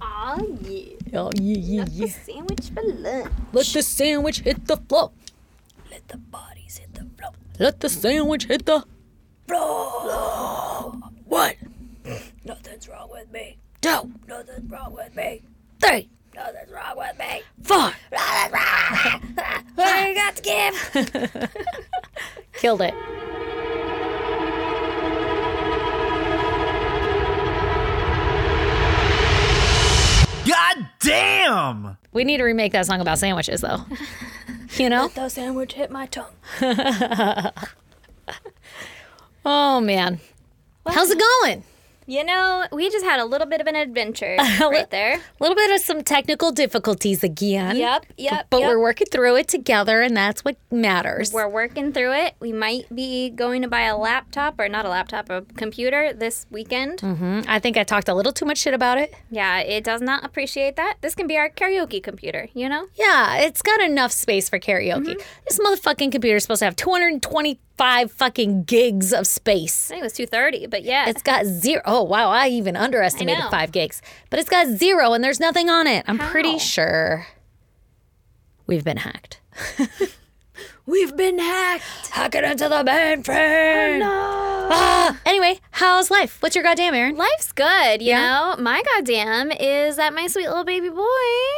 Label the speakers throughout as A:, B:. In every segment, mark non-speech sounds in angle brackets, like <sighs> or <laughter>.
A: Aw, yeah.
B: Oh, yeah, yeah,
A: Not the
B: yeah.
A: sandwich for lunch.
B: Let the sandwich hit the floor.
A: Let the bodies hit the floor.
B: Let the sandwich hit the.
A: Bro!
B: What?
A: Nothing's wrong with me.
B: Two,
A: Nothing's wrong with me.
B: three,
A: Nothing's wrong with me.
B: four.
A: Nothing's wrong with me. What do you got to give?
B: Killed it.
C: God damn!
B: We need to remake that song about sandwiches, though. <laughs> You know?
A: The sandwich hit my tongue.
B: Oh, man. How's it going?
A: You know, we just had a little bit of an
B: <laughs>
A: adventure right there.
B: A little bit of some technical difficulties again.
A: Yep, yep.
B: But
A: yep.
B: we're working through it together, and that's what matters.
A: We're working through it. We might be going to buy a laptop or not a laptop, a computer this weekend.
B: Mhm. I think I talked a little too much shit about it.
A: Yeah, it does not appreciate that. This can be our karaoke computer, you know?
B: Yeah, it's got enough space for karaoke.
A: Mm-hmm.
B: This motherfucking computer's supposed to have 225 fucking gigs of space.
A: I think it was 230, but yeah.
B: It's got zero. Oh, wow. I even underestimated
A: I know.
B: five gigs. But it's got zero and there's nothing on it. I'm
A: How?
B: pretty sure we've been hacked. <laughs>
A: We've been hacked. Oh,
B: Hack it into the mainframe. Ah, anyway, how's life? What's your goddamn errand?
A: Life's good, you
B: Yeah.
A: know? My goddamn is that my sweet little baby boy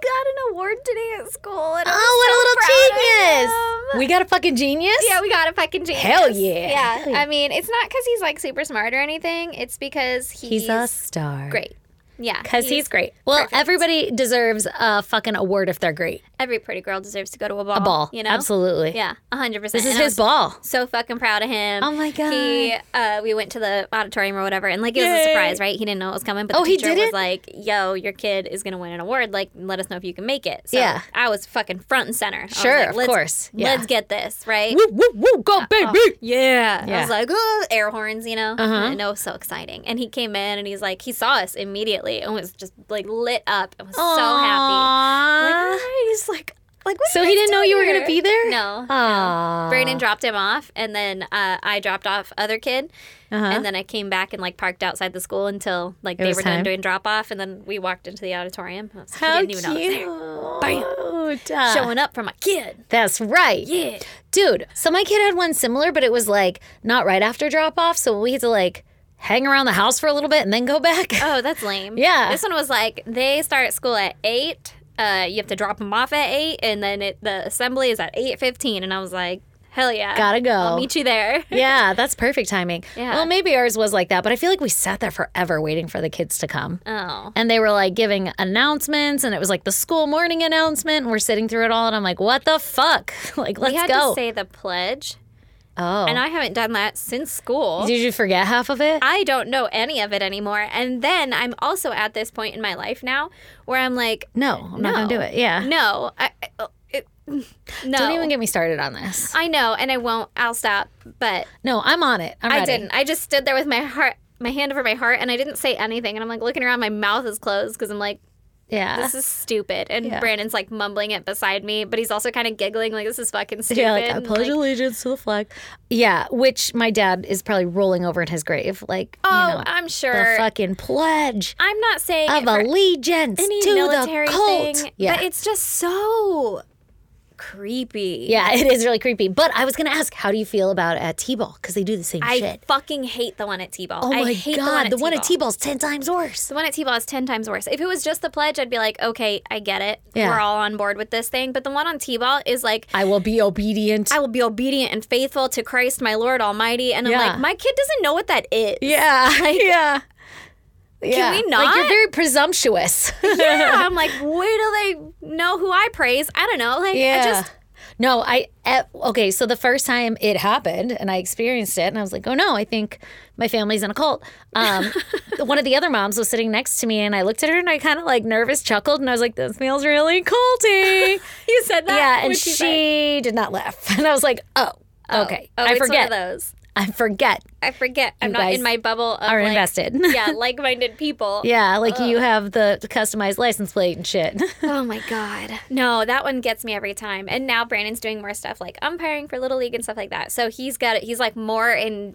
A: got an award today at school. And I'm
B: Oh,
A: so
B: what
A: proud
B: a
A: of
B: little
A: him.
B: genius. We got a fucking genius?
A: Yeah, we got a fucking genius.
B: Hell yeah.
A: Yeah.
B: Hell yeah.
A: I mean, it's not because he's like super smart or anything. It's because he's,
B: He's a star.
A: great. Yeah.
B: Because he's, great. Well,
A: perfect.
B: everybody deserves a fucking award if they're great.
A: Every pretty girl deserves to go to a ball.
B: A ball.
A: You know?
B: Absolutely.
A: Yeah, 100%.
B: This is his ball.
A: so fucking proud of him.
B: Oh my God.
A: He, uh, we went to the auditorium or whatever, and like it was a
B: Yay.
A: surprise, right? He didn't know it was coming, but
B: Oh,
A: the
B: he
A: teacher was
B: didn't?
A: like, "Yo, your kid is gonna win an award. Like, let us know if you can make it." So
B: Yeah.
A: I was fucking front and center. I was
B: Sure,
A: like,
B: of
A: "Let's-
B: course. Yeah.
A: Let's get this right.
B: Woo, woo, woo. Go, baby.
A: Yeah. I
B: Yeah. Uh-huh.
A: was like, oh, air horns, you know? I know, it was so exciting. And he came in and he's like, he saw us immediately and was just like lit up and was so happy. Like,
B: Aww.
A: "Hi." he's like, like what
B: So
A: are
B: he
A: you guys
B: didn't know you were
A: doing
B: gonna be
A: here?"
B: there?
A: No.
B: Aww.
A: Brandon dropped him off, and then uh, I dropped off other kid,
B: Uh-huh.
A: and then I came back and like parked outside the school until like
B: It
A: they
B: was
A: were
B: time.
A: done doing drop off, and then we walked into the auditorium. I was like, he
B: How
A: didn't even know I was there.
B: cute. Bam.
A: Showing up for my kid,
B: That's right.
A: yeah.
B: Dude, so my kid had one similar, but it was like not right after drop off. So we had to like hang around the house for a little bit and then go back.
A: Oh, that's lame.
B: Yeah.
A: This one was like they start school at eight. Uh, you have to drop them off at eight, and then it, the assembly is at eight fifteen. And I was like, hell yeah,
B: Gotta go.
A: I'll meet you there.
B: <laughs> yeah, that's perfect timing.
A: Yeah.
B: Well, maybe ours was like that, but I feel like we sat there forever waiting for the kids to come.
A: <laughs> Oh,
B: And they were like giving announcements, and it was like the school morning announcement. And we're sitting through it all, and I'm like, what the fuck? <laughs> like, let's
A: we had
B: go.
A: to say the pledge,
B: oh.
A: and I haven't done that since school.
B: Did you forget half of it?
A: I don't know any of it anymore. And then I'm also at this point in my life now where I'm like,
B: no, I'm
A: No.
B: not going to do it. Yeah.
A: no, I, I- it, no.
B: Don't even get me started on this.
A: I know, and I won't. I'll stop. But
B: No, I'm on it. I'm
A: I
B: ready.
A: didn't. I just stood there with my heart, my hand over my heart, and I didn't say anything. And I'm like looking around, my mouth is closed because I'm like,
B: Yeah.
A: this is stupid. And
B: Yeah.
A: Brandon's like mumbling it beside me, but he's also kind of giggling, like, this is fucking stupid.
B: <laughs> yeah, like I
A: And,
B: pledge
A: like,
B: allegiance to the flag. Yeah, which my dad is probably rolling over in his grave, like
A: oh,
B: you know,
A: I'm
B: the
A: sure.
B: fucking pledge
A: I'm not saying it
B: of
A: for
B: allegiance
A: any
B: to the
A: military
B: cult.
A: thing,
B: yeah,
A: but it's just so creepy.
B: yeah, <laughs> it is really creepy. But I was gonna ask, how do you feel about uh, T-ball? Because they do the same
A: I
B: shit.
A: fucking hate the one at T-ball.
B: Oh
A: I
B: my
A: hate
B: god,
A: the one at T-ball.
B: T-ball's ten times worse.
A: The one at T-ball is ten times worse. If it was just the pledge, I'd be like, okay, I get it.
B: Yeah.
A: We're all on board with this thing. But the one on T-ball is like,
B: I will be obedient.
A: I will be obedient and faithful to Christ, my Lord Almighty. And I'm
B: Yeah.
A: like, my kid doesn't know what that
B: <laughs>
A: is.
B: <laughs> yeah,
A: <laughs>
B: yeah. Yeah.
A: we
B: Like
A: not?
B: you're very presumptuous. <laughs>
A: Yeah, <laughs> I'm like, wait till they know who I praise. I don't know. Like, I just, <laughs>
B: no, I eh, okay. So the first time it happened, and I experienced it, and I was like, "Oh no, I think my family's in a cult."
A: <laughs>
B: Um, one of the other moms was sitting next to me, and I looked at her, and I kind of like nervous chuckled, and I was like, "This feels really culty."
A: you said <laughs> that.
B: yeah, and
A: What'd you say?
B: <laughs> she did not laugh, and I was like, "Oh, okay,
A: Oh,
B: I
A: it's
B: forget."
A: One of those.
B: I forget.
A: I forget. I'm
B: You
A: not
B: guys
A: in my bubble. Of
B: are
A: like-
B: invested. <laughs>
A: yeah, like-minded people.
B: Yeah, like you have the customized license plate and shit. <laughs>
A: Oh my god. No, that one gets me every time. And now Brandon's doing more stuff like umpiring for Little League and stuff like that. So he's got it. He's like more in,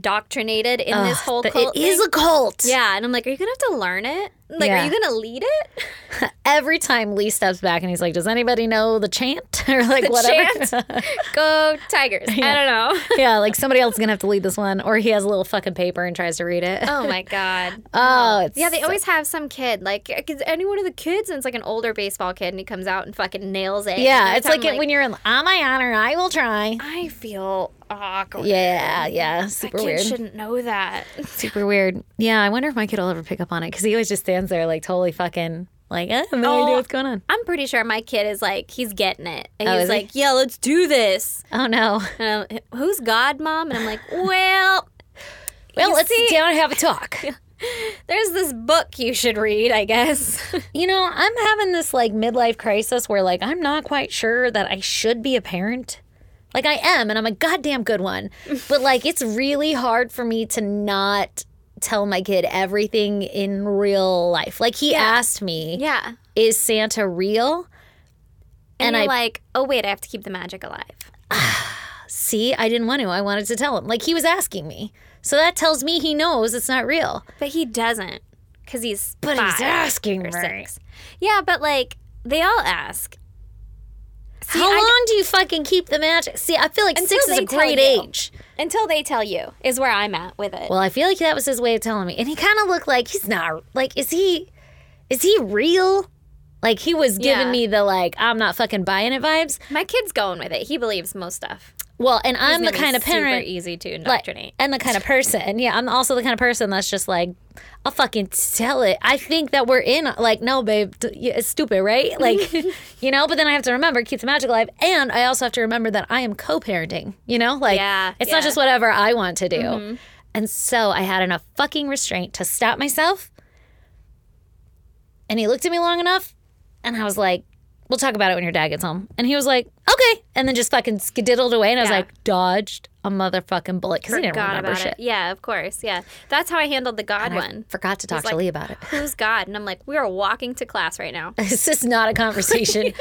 A: indoctrinated in this whole
B: But
A: cult.
B: it is
A: thing.
B: a cult.
A: yeah, and I'm like, are you gonna have to learn it? Like,
B: Yeah.
A: are you gonna lead it?
B: Every time Lee steps back and he's like, "Does anybody know the chant?" <laughs> or like
A: The
B: whatever.
A: Go Tigers. I don't know.
B: <laughs> yeah, like somebody else is gonna have to lead this one, or he has a little fucking paper and tries to read it.
A: Oh my god.
B: <laughs> Oh, it's
A: Yeah, they always have some kid, like is any one of the kids, and it's like an older baseball kid, and he comes out and fucking nails it.
B: yeah.
A: Every
B: It's
A: time
B: like,
A: I'm
B: it when you're in on my honor, I will try.
A: I feel awkward.
B: Yeah, yeah, super
A: That kid
B: weird,
A: shouldn't know that.
B: super weird. Yeah, I wonder if my kid will ever pick up on it because he always just stands there like totally fucking like, eh, I have no idea
A: Oh.
B: what's going on.
A: I'm pretty sure my kid is like, he's getting it. And
B: Oh, is
A: he's
B: he?
A: like, yeah, let's do this.
B: Oh no.
A: And I'm, Who's God, mom? And I'm
B: <laughs>
A: like, well,
B: Well,
A: You
B: let's
A: see-
B: sit down and have a talk.
A: there's this book you should read, I guess. <laughs>
B: You know, I'm having this like midlife crisis where like I'm not quite sure that I should be a parent. Like I am, and I'm a goddamn
A: <laughs>
B: good one. But like it's really hard for me to not tell my kid everything in real life. Like he asked me,
A: yeah.
B: "Is Santa real?"
A: And,
B: And
A: you're
B: I-
A: like, oh, wait, I have to keep the magic alive.
B: See, I didn't want to. I wanted to tell him. Like he was asking me. So that tells me he knows it's not real.
A: But he doesn't because he's
B: But
A: five
B: he's asking me.
A: or six. Yeah, but like, they all ask. See,
B: How
A: I-
B: long do you fucking keep the magic? See, I feel like
A: Until
B: six is
A: they
B: a
A: tell
B: great
A: you.
B: age.
A: Until they tell you is where I'm at with it.
B: Well, I feel like that was his way of telling me. And he kind of looked like he's not like is he is he real? Like he was giving
A: Yeah.
B: me the like I'm not fucking buying it vibes.
A: My kid's going with it. He believes most stuff.
B: Well, and I'm
A: It's gonna
B: the
A: be
B: kind of
A: super
B: parent
A: easy to
B: like,
A: indoctrinate.
B: and the kind of person. Yeah, I'm also the kind of person that's just like I'll fucking tell it. I think that we're in like no babe, d- y- it's
A: <laughs>
B: stupid, right? Like you know, but then I have to remember keep the magic alive and I also have to remember that I am co-parenting, you know? Like
A: Yeah,
B: it's
A: yeah. Mm-hmm.
B: not just whatever I want to do. And so I had enough fucking restraint to stop myself. And he looked at me long enough, and I was like, "We'll talk about it when your dad gets home." And he was like, "Okay," and then just fucking skedaddled away. And I was
A: Yeah.
B: like, "Dodged a motherfucking bullet" because he didn't
A: God
B: remember
A: about
B: shit.
A: it. Yeah, of course. Yeah. That's how I handled the God one.
B: Forgot to talk to
A: like-
B: Lee about it. <laughs>
A: Who's God? And I'm like, we are walking to class right now.
B: This is not
A: <laughs>
B: a conversation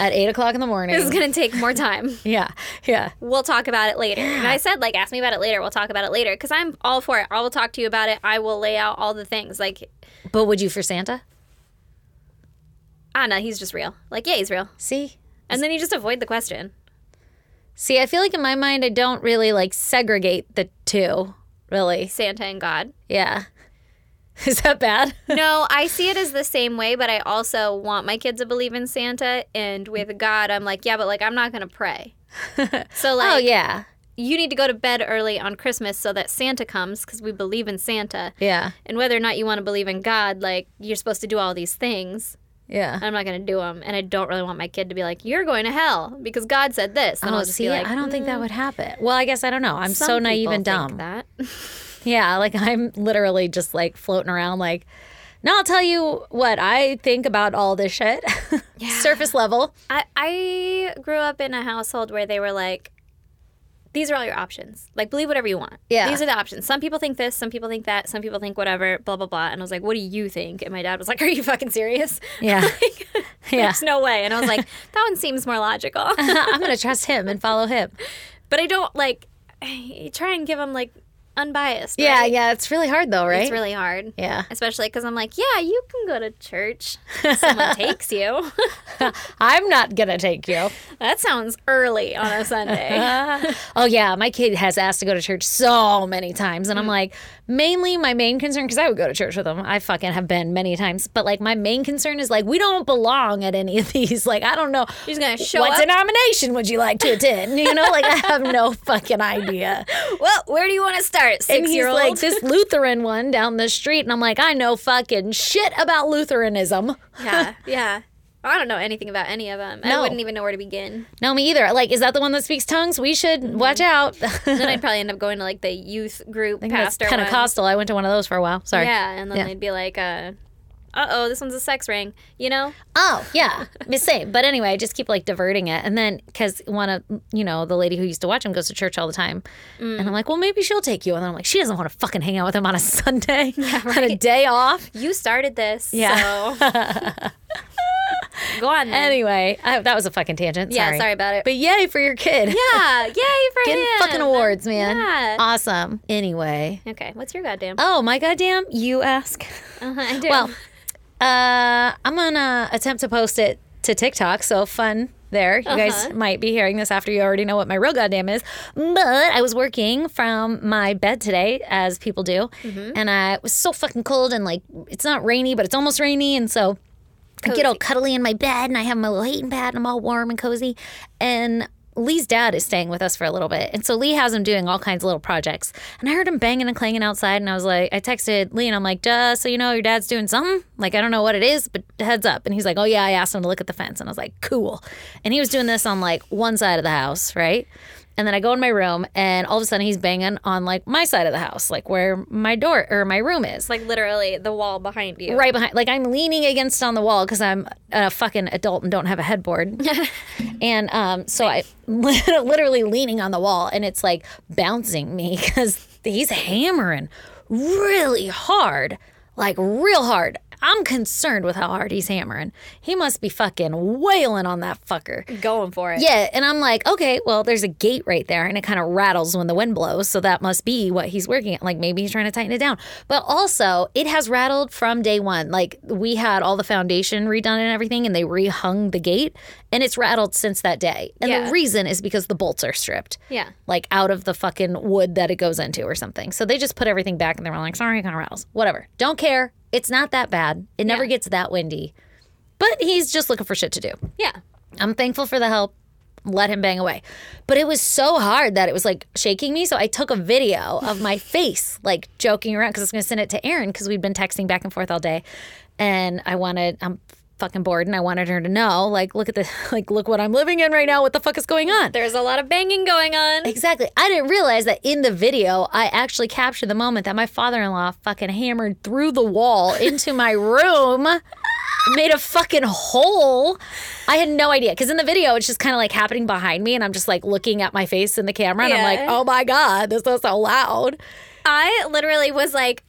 B: at eight o'clock in the morning.
A: This is going to take more time.
B: yeah, yeah.
A: We'll talk about it later. And I said, like, ask me about it later. We'll talk about it later. Because I'm all for it. I will talk to you about it. I will lay out all the things. Like,
B: But would you for Santa?
A: Anna, he's just real. Like, yeah, he's real.
B: See,
A: And then you just avoid the question.
B: see. I feel like in my mind, I don't really like segregate the two. Really,
A: Santa and
B: <laughs>
A: God.
B: yeah. Is that bad?
A: No, I see it as the same way, but I also want my kids to believe in Santa. And with God, I'm like, yeah, but like, I'm not going to
B: <laughs>
A: pray. So, like,
B: oh yeah,
A: you need to go to bed early on Christmas so that Santa comes because we believe in Santa.
B: yeah,
A: And whether or not you want to believe in God, like you're supposed to do all these things.
B: yeah.
A: I'm not going to do them, and I don't really want my kid to be like, "You're going to hell because God said this." And
B: Oh,
A: I'll just
B: see,
A: be like,
B: I don't think
A: "Mm,
B: that would happen. Well, I guess I don't know. I'm so
A: some
B: naive
A: people
B: and
A: think
B: dumb.
A: That <laughs>
B: Yeah, like I'm literally just like floating around, like, now I'll tell you what I think about all this shit. <laughs> Surface level.
A: I, I grew up in a household where they were like, "These are all your options. Like, believe whatever you want.
B: Yeah.
A: these are the options. Some people think this, some people think that, some people think whatever. Blah blah blah." And I was like, "What do you think?" And my dad was like, <laughs> "Are you fucking
B: <laughs>
A: serious?"
B: Yeah. yeah. <laughs>
A: There's no way. And I was like, that one seems more logical.
B: I'm going to trust him and follow him.
A: but I don't like, <sighs> I try and give them like unbiased.
B: Yeah,
A: right?
B: yeah. It's really hard though, right?
A: It's really hard.
B: yeah.
A: Especially because I'm like, yeah, you can go to
B: <laughs>
A: church. Someone takes you. <laughs>
B: I'm not going to take you.
A: that sounds early on a Sunday.
B: <laughs> Oh yeah, my kid has asked to go to church so many times, and I'm like, mainly my main concern because I would go to church with him. I fucking have been many times, but like my main concern is like we don't belong at any of <laughs> these. Like I don't know
A: You're just gonna show
B: what
A: up.
B: denomination would you like to attend. You know, like I have <laughs> no fucking idea. <laughs>
A: well, where do you want to start,
B: And
A: six
B: he's
A: year old?
B: like this Lutheran one down the street, and I'm like, I know fucking shit about Lutheranism.
A: <laughs> yeah, yeah. I don't know anything about any of them. I
B: No.
A: wouldn't even know where to begin.
B: No, me either. Like, is that the one that speaks tongues? We should
A: <laughs>
B: watch out.
A: Mm-hmm. Then I'd probably end up going to like the youth group
B: That's
A: pastor. ones.
B: Pentecostal. I went to one of those for a while. Sorry.
A: Yeah, and then
B: Yeah.
A: they'd be like, uh, uh oh, this one's a sex ring, you know?
B: Oh, yeah. Miss Same. But anyway, I just keep like diverting it. And then because one of, you know, the lady who used to watch him goes to church all the time.
A: Mm.
B: And I'm like, well, maybe she'll take you. And then I'm like, she doesn't want to fucking hang out with him on
A: <laughs>
B: a <laughs> Sunday, on a day off.
A: You started this.
B: Yeah. <laughs>
A: So <laughs> go on then.
B: Anyway, I, that was a fucking tangent.
A: Yeah,
B: Sorry.
A: sorry about it.
B: But yay for your kid.
A: yeah. Yay for
B: Getting
A: him.
B: fucking awards, man.
A: Yeah.
B: Awesome. Anyway.
A: okay. What's your goddamn?
B: Oh, my goddamn, you ask.
A: Uh-huh, <laughs> I do.
B: Well, uh, I'm gonna attempt to post it to TikTok. So fun there. You guys
A: Uh-huh.
B: might be hearing this after you already know what my real goddamn is. But I was working from my bed today, as people do, and I it was so fucking cold and like it's not rainy, but it's almost rainy, and so. I get all cuddly in my bed and I have my little heating pad and I'm all warm and cozy. And Lee's dad is staying with us for a little bit. And so Lee has him doing all kinds of little projects. And I heard him banging and clanging outside. And I was like, I texted Lee and I'm like, just so you know, your dad's doing something. Like, I don't know what it is, but heads up. And he's like, oh, yeah, I asked him to look at the fence. And I was like, cool. And he was doing this on like one side of the house, right? And then I go in my room and all of a sudden he's banging on like my side of the house, like where my door or my room is.
A: like literally the wall behind you.
B: Right behind, like I'm leaning against on the wall because I'm a fucking adult and don't have a headboard, and um, so I <laughs> literally leaning on the wall, and it's like bouncing me because he's hammering really hard, like real hard. I'm concerned with how hard he's hammering. He must be fucking wailing on that fucker.
A: Going for it.
B: Yeah, and I'm like, okay, well, there's a gate right there, and it kind of rattles when the wind blows, so that must be what he's working at. Like maybe he's trying to tighten it down, but also it has rattled from day one. Like we had all the foundation redone and everything, and they rehung the gate, and it's rattled since that day. And
A: Yeah.
B: the reason is because the bolts are stripped
A: Yeah.
B: like out of the fucking wood that it goes into or something. So they just put everything back and they were like, sorry, it kind of rattles. Whatever. Don't care. It's not that bad. It never
A: Yeah.
B: gets that windy. But he's just looking for shit to do.
A: Yeah.
B: I'm thankful for the help. Let him bang away. But it was so hard that it was like shaking me. So I took a video of my face, like joking around, because I was going to send it to Erin because we'd been texting back and forth all day. And I wanted, I'm fucking bored and I wanted her to know, like, look at the, <laughs> like, look what I'm living in right now. What the fuck is going on?
A: There's a lot of banging going on.
B: Exactly. I didn't realize that in the video, I actually captured the moment that my father in law fucking hammered through the wall into my room, made a fucking hole. I had no idea. Because in the video, it's just kind of like happening behind me, and I'm just like looking at my face in the camera, and I'm like,
A: Yeah.
B: oh my God, this is so loud.
A: I literally was like,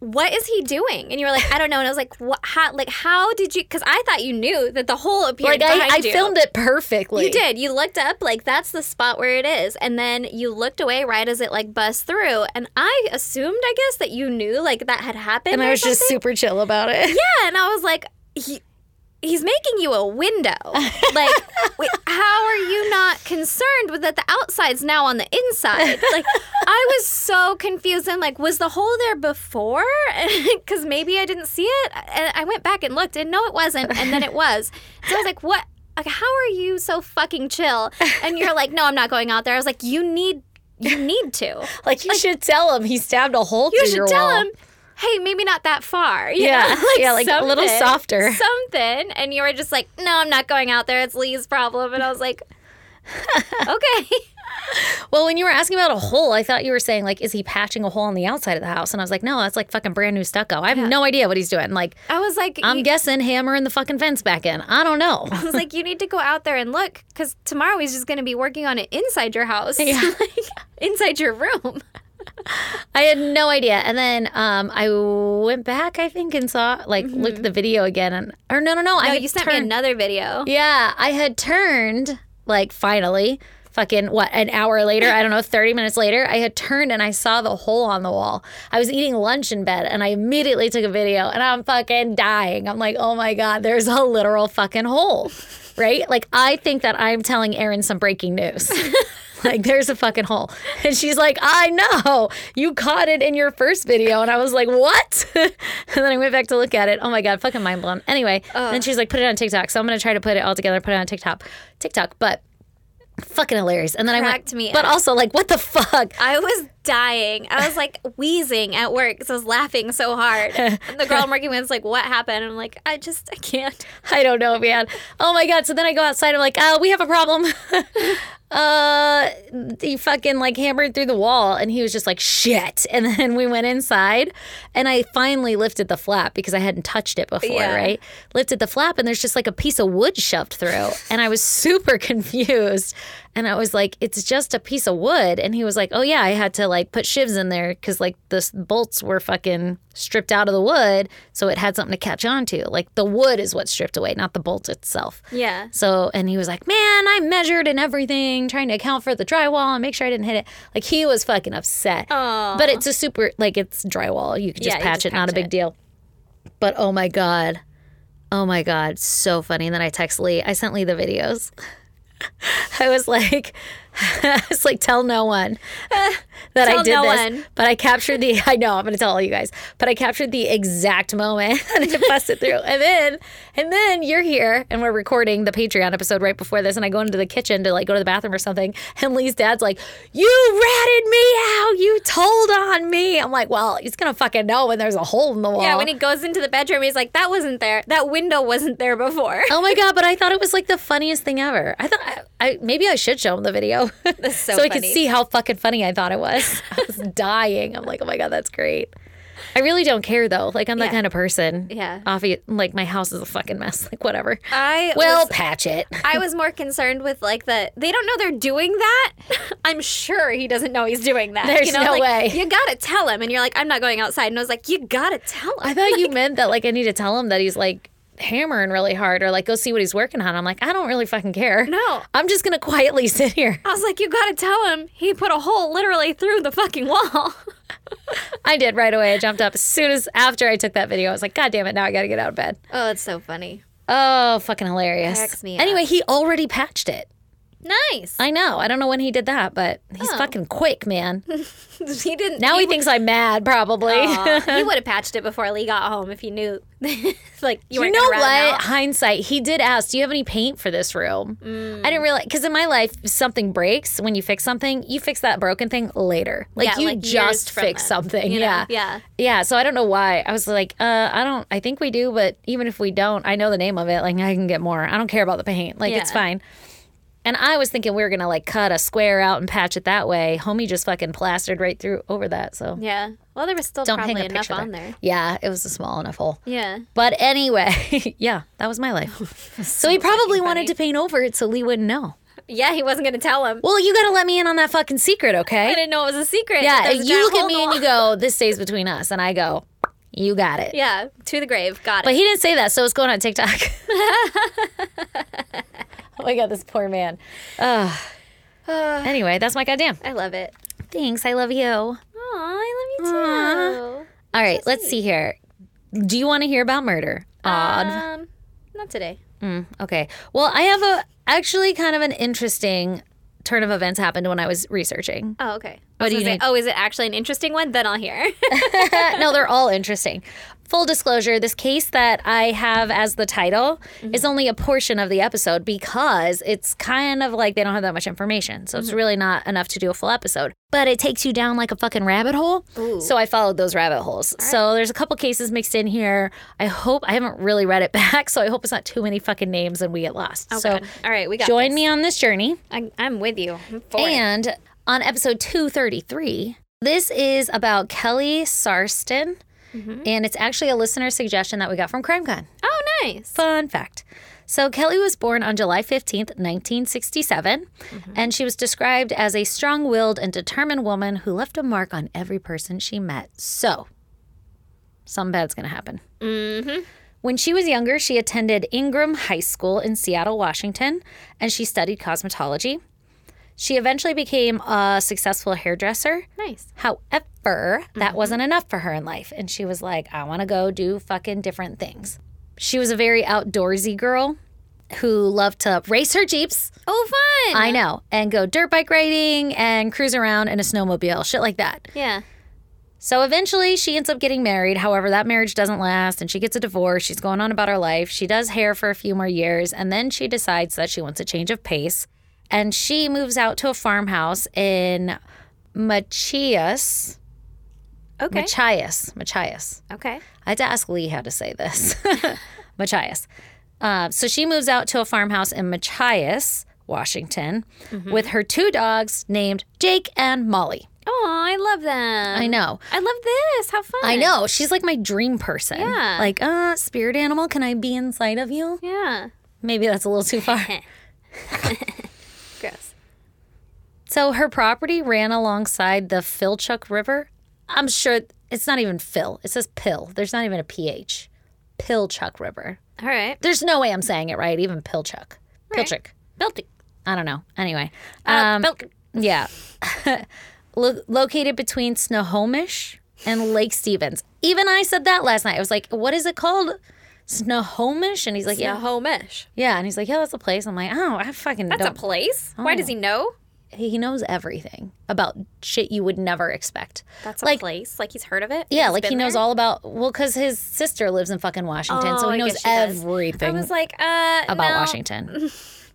A: "What is he doing?" And you were like, "I don't know." And I was like, "What? How? Like, how did you?" Because I thought you knew that the hole appeared
B: Like, I,
A: behind
B: I
A: you.
B: filmed it perfectly.
A: You did. You looked up, like that's the spot where it is, and then you looked away right as it like buzzed through. And I assumed, I guess, that you knew like that had happened.
B: And
A: or
B: I was just
A: something.
B: super chill about it.
A: yeah, and I was like, he, he's making you a window. Like, wait, how are you not concerned with that the outside's now on the inside? Like, I was so confused and like, was the hole there before? <laughs> Because maybe I didn't see it. And I went back and looked, and no, it wasn't. And then it was. So I was like, what? Like, how are you so fucking chill? And you're like, no, I'm not going out there. I was like, you need, you need to.
B: <laughs> Like, you should tell him he stabbed a hole
A: You
B: through
A: should
B: your
A: tell
B: wall.
A: him, hey, maybe not that far. <laughs> you
B: Yeah.
A: know?
B: Yeah, like a little
A: something-
B: softer.
A: Something. And you were just like, no, I'm not going out there. It's Lee's problem. And I was like, <laughs> okay.
B: Well, when you were asking about a hole, I thought you were saying like, is he patching a hole on the outside of the house? And I was like, no, that's like fucking brand new stucco. I have no idea what he's doing. Like,
A: <laughs> I was like,
B: I'm
A: you,
B: guessing hammering the fucking fence back in. I don't know.
A: I was like, you need to go out there and look because tomorrow he's just going to be working on it inside your house, <laughs> like, inside your <laughs> room.
B: I had no idea. And then um, I went back, I think, and saw like looked at the video again. And or no, no, no.
A: Oh,
B: I had
A: Mm-hmm. you sent me
B: turned-
A: another video.
B: Yeah, I had turned like finally. Fucking what, an hour later, I don't know, 30 minutes later, I had turned and I saw the hole on the wall. I was eating lunch in bed and I immediately took a video and I'm fucking dying. I'm like, oh my God, there's a literal fucking hole, right? Like, I think that I'm telling Erin some breaking news. <laughs> like, there's a fucking hole. And she's like, I know, you caught it in your first video. And I was like, what? <laughs> and then I went back to look at it. Oh my God, fucking mind blown. Anyway, then she's like, put it on TikTok. So I'm going to try to put it all together, put it on TikTok. TikTok, but fucking hilarious. And then I
A: Cracked
B: went,
A: me
B: but
A: up.
B: also like, what the fuck?
A: I was dying. I was like <laughs> wheezing at work because I was laughing so <laughs> hard. And the girl I'm working with is like, "What happened?" I'm like, "I just I can't."
B: <laughs> I don't know, man. Oh my god! So then I go outside. I'm like, uh, we have a problem. <laughs> uh, he fucking like hammered through the wall, and he was just like, shit. And then we went inside, and I finally lifted the flap because I hadn't touched it before,
A: Yeah.
B: right? Lifted the flap, and there's just like a piece of wood shoved through, and I was <laughs> super confused. And I was like, it's just a piece of wood. And he was like, oh yeah, I had to like put shivs in there because like the s- bolts were fucking stripped out of the wood. So it had something to catch on to. Like the wood is what stripped away, not the bolt itself.
A: Yeah.
B: So, and he was like, man, I measured and everything, trying to account for the drywall and make sure I didn't hit it. Like he was fucking upset.
A: Aw.
B: But it's a super, like it's drywall. You can just
A: Yeah, you
B: patch
A: just
B: it, not a
A: patch
B: big
A: it.
B: deal. But oh my God. Oh my God. So funny. And then I text Lee, I sent Lee the videos. <laughs> I was like, <laughs> I was like, tell
A: <laughs>
B: no one that I
A: Tell
B: did
A: no
B: this.
A: one.
B: But I captured the, <laughs> I know, I'm going to tell all you guys, but I captured the exact moment <laughs> and I busted through. And then, and then you're here and we're recording the Patreon episode right before this. And I go into the kitchen to like go to the bathroom or something. And Lee's dad's like, You ratted me out. You told on me. I'm like, Well, he's going to fucking know when there's a hole in the wall.
A: Yeah, when he goes into the bedroom, he's like, "That wasn't there. That window wasn't there before."
B: Oh my god! But I thought it was like the funniest thing ever. I thought I, I maybe I should show him the video <laughs>
A: so
B: we could
A: funny.
B: see how fucking funny I thought it <laughs> was. I was dying. I'm like, oh my god, that's great. I really don't care though. Like I'm that
A: Yeah.
B: kind of person.
A: Yeah.
B: Obvi- like my house is a fucking mess. <laughs> Like whatever.
A: <laughs> I
B: well,
A: was-
B: patch Uh, it.
A: I was more concerned with like the they don't know they're doing <laughs> that. I'm sure he doesn't know he's doing that.
B: There's
A: you know,
B: no
A: like,
B: way.
A: You gotta tell him, and you're like, I'm not going outside. And I was like, you gotta tell him.
B: <laughs> I thought <laughs> you meant that like I need to tell him that he's like hammering really hard or like go see what he's working on. I'm like, I don't really fucking care.
A: No.
B: I'm just gonna quietly <laughs> sit here.
A: I was like, you gotta tell him. He put a hole literally through the fucking wall.
B: I did right away. I jumped up as soon as after I took that video. I was like, God damn it, now I gotta get out of bed.
A: <laughs> Oh, that's so funny.
B: Oh, fucking hilarious.
A: Cracks me
B: anyway, he already patched it.
A: Nice.
B: I know. I don't know when he did that, but he's fucking
A: <laughs>
B: quick, man.
A: <laughs> Oh. he didn't.
B: Now he thinks I'm mad, probably.
A: <laughs> Aw, he would have patched it before Lee got home if he knew. <laughs> like you,
B: You
A: weren't
B: know
A: gonna rat him
B: what?
A: out.
B: Hindsight. He did ask, "Do you have any paint for this room?"
A: Mm.
B: I didn't realize because in my life, if something breaks when you fix something. You fix that broken thing later. Like
A: Yeah,
B: you
A: like years
B: just
A: from
B: fix
A: then,
B: something.
A: you know?
B: yeah.
A: Yeah.
B: Yeah, so I don't know why. I was like, uh, I don't, I think we do, but even if we don't, I know the name of it. Like, I can get more. I don't care about the paint. Like, it's
A: Yeah.
B: fine. And I was thinking we were going to like cut a square out and patch it that way. Homie just fucking plastered right through over that. So
A: Yeah. Well, there was still
B: don't
A: probably
B: hang a
A: enough
B: picture
A: on
B: there.
A: there.
B: Yeah, it was a small enough hole.
A: Yeah.
B: But anyway, <laughs> yeah, that was
A: <laughs>
B: my life. so he probably wanted to paint over it so Lee wouldn't know.
A: Yeah. He wasn't gonna tell him.
B: Well, you got to let me in on that fucking secret, okay?
A: I didn't know it was a secret.
B: Yeah,
A: There was a
B: you
A: giant
B: look
A: hole
B: at
A: in the
B: me and
A: wall.
B: you go, this stays between us. And I go, you got it.
A: Yeah, to the grave. Got
B: But
A: it.
B: he didn't say that, so it's going on TikTok.
A: <laughs>
B: <laughs> oh my god, this poor man.
A: <sighs>
B: Ugh. anyway, that's my goddamn.
A: I love it.
B: Thanks, I love you. All
A: Aw, I love you too.
B: right, let's see here. Do you want to hear about murder? Odd.
A: Um, not today.
B: Okay. Well, I have a actually kind of an interesting turn of events happened when I was researching. <laughs>
A: Oh, okay.
B: What
A: I was
B: do
A: gonna
B: you
A: say,
B: need?
A: Oh, is it actually an interesting one? Then I'll hear.
B: no, they're all interesting. Full disclosure, this case that I have as the title
A: Mm-hmm.
B: is only a portion of the episode because it's kind of like they don't have that much information. So
A: Mm-hmm.
B: it's really not enough to do a full episode. But it takes you down like a fucking rabbit hole. So I followed those rabbit holes. So there's a couple cases mixed in here. I hope I haven't really read it <laughs> back, so I hope it's not too many fucking names and we get lost. <laughs> so
A: Oh, God. <laughs> all right, we got.
B: join
A: this.
B: me on this journey.
A: I, I'm with you. I'm for it.
B: And on episode 233, this is about Kelly Sarston. And it's actually a listener suggestion that we got from Crime Gun.
A: Oh, nice.
B: Fun fact. So, Kelly was born on July 15th, 1967, and she was described as a strong willed and determined woman who left a mark on every person she met. So, something bad's going to happen. When she was younger, she attended Ingram High School in Seattle, Washington, and she studied cosmetology. She eventually became a successful hairdresser.
A: Nice.
B: However,
A: Mm-hmm.
B: that wasn't enough for her in life. And she was like, I want to go do fucking different things. She was a very outdoorsy girl who loved to race her Jeeps.
A: Oh, fun.
B: I know. And go dirt bike riding and cruise around in a snowmobile, shit like that.
A: yeah.
B: So eventually she ends up getting married. However, that marriage doesn't last and she gets a divorce. She's going on about her life. She does hair for a few more years and then she decides that she wants a change of pace and she moves out to a farmhouse in Machias.
A: Okay.
B: Machias. Machias.
A: okay.
B: I had to ask Lee how to say
A: <laughs>
B: this. Machias. Uh, so she moves out to a farmhouse in Machias, Washington,
A: Mm-hmm.
B: with her two dogs named Jake and Molly.
A: Oh, I love them.
B: I know.
A: I love this. How fun.
B: I know. She's like my dream person.
A: Yeah.
B: Like, uh, spirit animal, can I be inside of you?
A: Yeah.
B: Maybe that's a little
A: <laughs>
B: too far.
A: Gross.
B: So her property ran alongside the Filchuk River. I'm sure it's not even Phil. It says Pill. There's not even a PH. Pilchuck River.
A: All right.
B: There's no way I'm saying it right, even Pilchuck. Pilchuck.
A: Built it.
B: I don't know. Anyway.
A: Uh,
B: Um,
A: built it.
B: yeah. <laughs> Lo- located between Snohomish and Lake Stevens. Even I said that last night. I was like, what is it called? Snohomish? And he's like, yeah.
A: Nahomish.
B: Yeah. And he's like, yeah, that's a place. I'm like, oh, I fucking
A: That's
B: don't. Oh.
A: a place. Why does he know?
B: he knows everything about shit you would never expect.
A: That's a
B: Like-
A: place. Like he's heard of it.
B: Yeah,
A: He's
B: like he
A: been
B: knows
A: there?
B: all about well, because his sister lives in fucking Washington,
A: Oh,
B: so
A: I
B: he knows
A: guess she does. I
B: everything
A: was like, uh,
B: about
A: no.
B: Washington.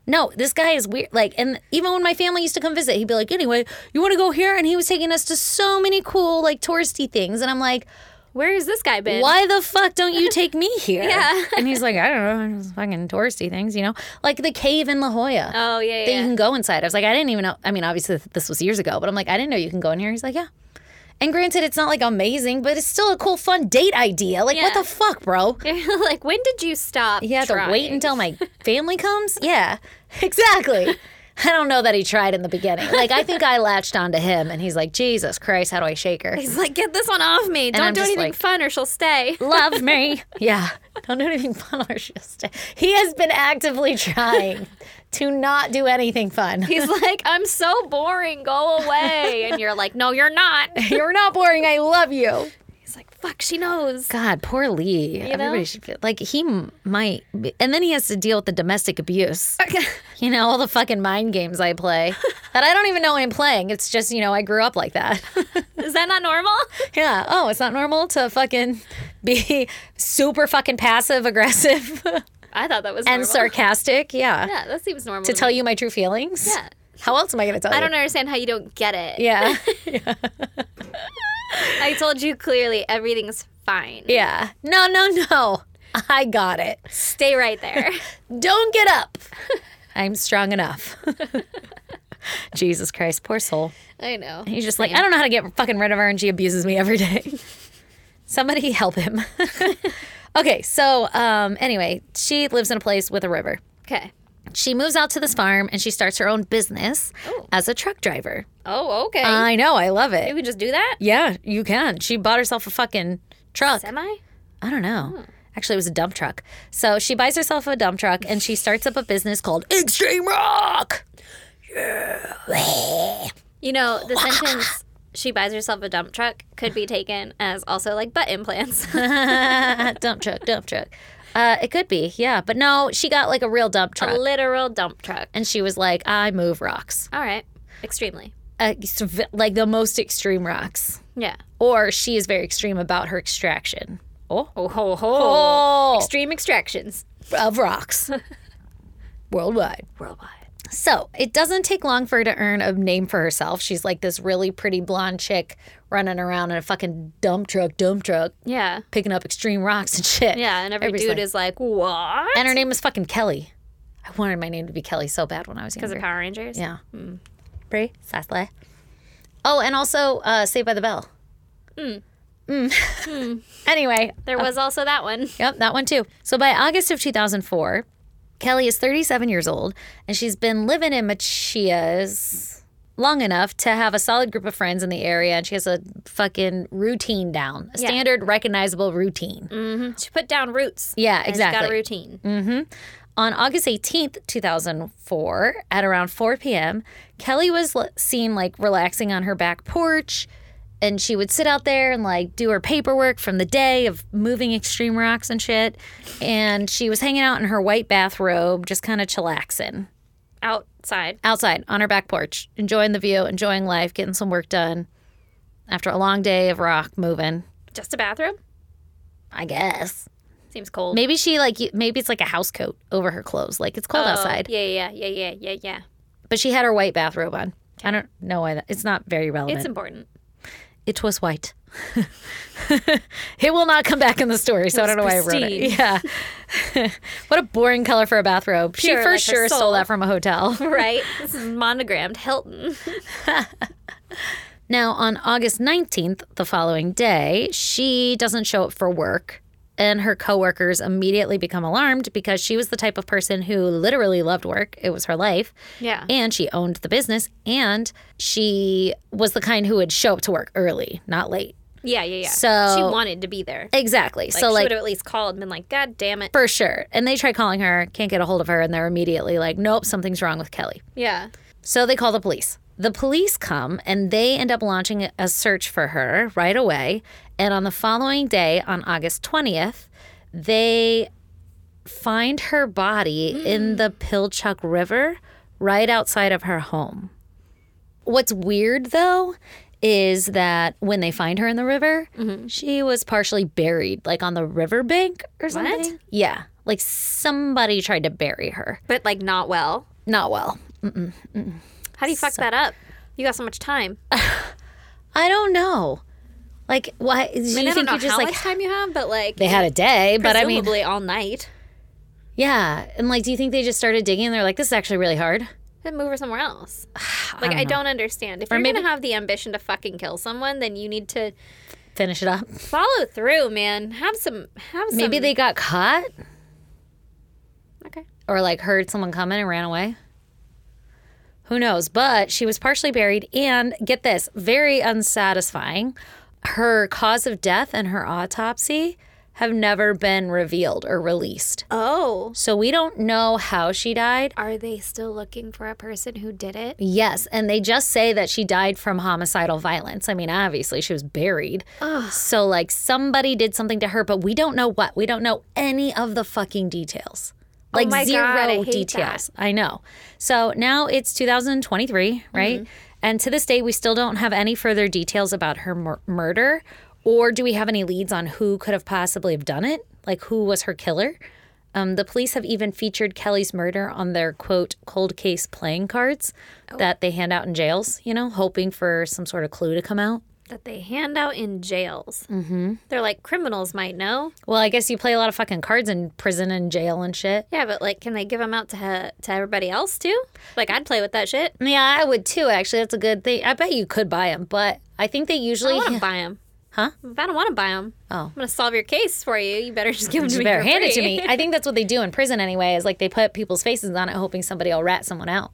B: No, this guy is weird. Like, and even when my family used to come visit, he'd be like, "Anyway, you want to go here?" And he was taking us to so many cool, like, touristy things, and I'm like,
A: Where has this guy been?
B: "Why the fuck don't you take
A: <laughs>
B: me here?"
A: Yeah.
B: and he's like, "I don't know, just fucking touristy things, you know, like the cave in La Jolla."
A: Oh yeah, yeah.
B: that you can go inside. I was like, I didn't even know. I mean, obviously th- this was years ago, but I'm like, I didn't know you can go in here. He's like, yeah. And granted, it's not like amazing, but it's still a cool, fun date idea. Like, what
A: Yeah. <laughs>
B: the fuck, bro?
A: You're like, when did you stop?
B: You have
A: trying?
B: to wait until <laughs> my family comes? Yeah, <laughs> exactly. I don't know that he tried in the beginning. Like, I think I latched onto him, and he's like, Jesus Christ, how do I shake her?
A: <laughs> He's like, get this one off me. Don't
B: I'm
A: do
B: just
A: anything
B: like-
A: fun or she'll
B: <laughs>
A: stay.
B: Love me. Yeah. Don't do anything fun or she'll stay. He has been actively trying to not do anything
A: <laughs>
B: fun.
A: He's like, I'm so boring. Go away. <laughs> And you're like, no, you're
B: <laughs>
A: not.
B: <laughs> You're not boring. I love you.
A: He's like, fuck, she knows. <laughs>
B: God, poor Lee. Everybody should feel like he m- might. Be, and then he has to deal with the domestic abuse. you know, all the fucking mind games I play that I don't even know I'm playing. It's just, you know, I grew up like that. <laughs>
A: Is that not normal? <laughs>
B: yeah. Oh, it's not normal to fucking be super fucking passive aggressive <laughs>
A: I thought that was
B: and
A: normal.
B: sarcastic. Yeah.
A: Yeah, that seems normal.
B: To
A: me.
B: tell you my true feelings.
A: Yeah.
B: How else am I going to tell
A: I
B: you?
A: don't understand how you don't get it. <laughs>
B: Yeah.
A: I told you clearly everything's fine.
B: yeah. No, no, no. I got it.
A: Stay right
B: <laughs>
A: there. <laughs>
B: Don't get up. I'm strong enough. <laughs> Jesus Christ, poor soul.
A: I know.
B: He's just like, I don't know how to get fucking rid of her, and she abuses me every day. <laughs> Somebody help him. <laughs> okay, so um, anyway, she lives in a place with a river.
A: Okay.
B: She moves out to this farm and she starts her own business as a truck driver.
A: Oh, okay.
B: I know, I love
A: Oh. you
B: it.
A: can just do that?
B: Yeah, you can. She bought herself a fucking truck.
A: Semi? Hmm.
B: I don't know. Actually, it was a dump truck. So she buys herself a dump truck and she starts up a business called Extreme Rock.
A: You know,
B: <laughs>
A: the sentence she buys herself a dump truck could be taken as also like butt implants. <laughs>
B: dump truck, dump truck. Uh, it could be, yeah. But no, she got like a real dump
A: a
B: truck.
A: literal dump truck.
B: and she was like, I move rocks.
A: All right. Extremely.
B: Uh, like the most extreme rocks.
A: Yeah.
B: Or she is very extreme about her extraction. Oh.
A: Oh, ho, ho. Extreme extractions <laughs>
B: Of rocks. Worldwide.
A: worldwide.
B: So it doesn't take long for her to earn a name for herself. She's like this really pretty blonde chick running around in a fucking dump truck, dump truck,
A: Yeah.
B: picking up extreme rocks and shit.
A: Yeah. And every
B: Everybody's
A: dude
B: like-
A: is like, what?
B: And her name is fucking Kelly. I wanted my name to be Kelly so bad when I was
A: Because
B: younger.
A: of Power Rangers?
B: Yeah. Precisely. Oh, and also uh, Saved by the Bell. Mm. Mm. <laughs> anyway,
A: There was also that one. <laughs>
B: yep, that one too. So by August of 2004, Kelly is 37 years old, and she's been living in Machias long enough to have a solid group of friends in the area, and she has a fucking routine down, a
A: Yeah.
B: standard recognizable routine.
A: She put down roots.
B: Yeah,
A: And she's Got a
B: exactly. Mm.
A: routine.
B: On August 18th, 2004, at around 4 p.m., Kelly was l- seen like relaxing on her back porch. And she would sit out there and like do her paperwork from the day of moving extreme rocks and shit. And she was hanging out in her white bathrobe, just kind of chillaxing
A: Outside.
B: outside on her back porch, enjoying the view, enjoying life, getting some work done after a long day of rock moving,
A: Just a bathroom?
B: I guess.
A: Seems cold.
B: Maybe she like, y- maybe it's like a house coat over her clothes. Like it's cold
A: Oh,
B: outside.
A: Yeah, yeah, yeah, yeah, yeah, yeah.
B: but she had her white bathrobe on. I don't know why that. It's not very relevant.
A: It's important. <laughs>
B: it was white. <laughs> it will not come back in the story, so I
A: was
B: don't know why I wrote
A: pristine.
B: it. <laughs> Yeah. what a boring color for a bathrobe.
A: Pure,
B: she
A: like her
B: for sure
A: soul.
B: stole that from a hotel. <laughs>
A: Right? this is monogrammed Hilton.
B: Now, on August 19th, the following day, she doesn't show up for work. And her coworkers immediately become alarmed because she was the type of person who literally loved work. It was her life.
A: Yeah.
B: And she owned the business. And she was the kind who would show up to work early, not late.
A: Yeah, yeah, yeah.
B: So-
A: she wanted to be there.
B: Exactly.
A: Like,
B: so,
A: she
B: like,
A: would have at least called and been like, God damn it.
B: for sure. And they try calling her, can't get a hold of her. And they're immediately like, nope, something's wrong with Kelly.
A: Yeah.
B: So they call the police. The police come and they end up launching a search for her right away. And on the following day, on August 20th, they find her body in the Pilchuck River right outside of her home. What's weird though is that when they find her in the river, she was partially buried, like on the riverbank or something. Yeah. Like somebody tried to bury her.
A: But like not well.
B: Not well.
A: How do you fuck that up? You got so much time.
B: I don't know. Like, why? Do
A: I mean,
B: you
A: I don't
B: think you
A: know
B: just
A: how
B: like
A: much time you have, but like
B: they had a day? But I mean,
A: presumably all night.
B: yeah. And like, do you think they just started digging? and They're like, this is actually really hard.
A: Then move her somewhere else. <sighs> Like I don't, understand. If you're
B: maybe-
A: gonna have the ambition to fucking kill someone, then you need to
B: Finish it up.
A: follow through, man. Have some. Have some.
B: Maybe they got caught
A: Okay.
B: or like heard someone coming and ran away. Who knows? But she was partially buried, and get this, very unsatisfying. Her cause of death and her autopsy have never been revealed or released.
A: Oh,
B: So we don't know how she died.
A: are they still looking for a person who did it?
B: Yes, and they just say that she died from homicidal violence. I mean, obviously she was buried. So like somebody did something to her, but we don't know what. We don't know any of the fucking details. Like
A: Oh my God,
B: zero
A: I hate
B: details. I know. So now it's 2023, right?
A: Mm-hmm.
B: And to this day we still don't have any further details about her mur- murder or do we have any leads on who could have possibly have done it? Like who was her killer? Um, the police have even featured Kelly's murder on their quote cold case playing cards that they hand out in jails, you know, hoping for some sort of clue to come out.
A: That they hand out in jails. Mm-hmm. They're like criminals might know.
B: Well, I guess you play a lot of fucking cards in prison and jail and shit.
A: Yeah, but like, can they give them out to to everybody else too? Like, I'd play with that shit.
B: Yeah, I would too, actually. That's a good thing. I bet you could buy them, but I think they
A: I
B: usually.
A: don't want
B: <laughs>
A: to buy them.
B: Huh?
A: If I don't want to buy them,
B: Oh.
A: I'm gonna solve your case for you. You better just give them to
B: You
A: me.
B: better
A: for
B: hand it to
A: free.
B: me. I think that's what they do in prison anyway, is like they put people's faces on it, hoping somebody will rat someone out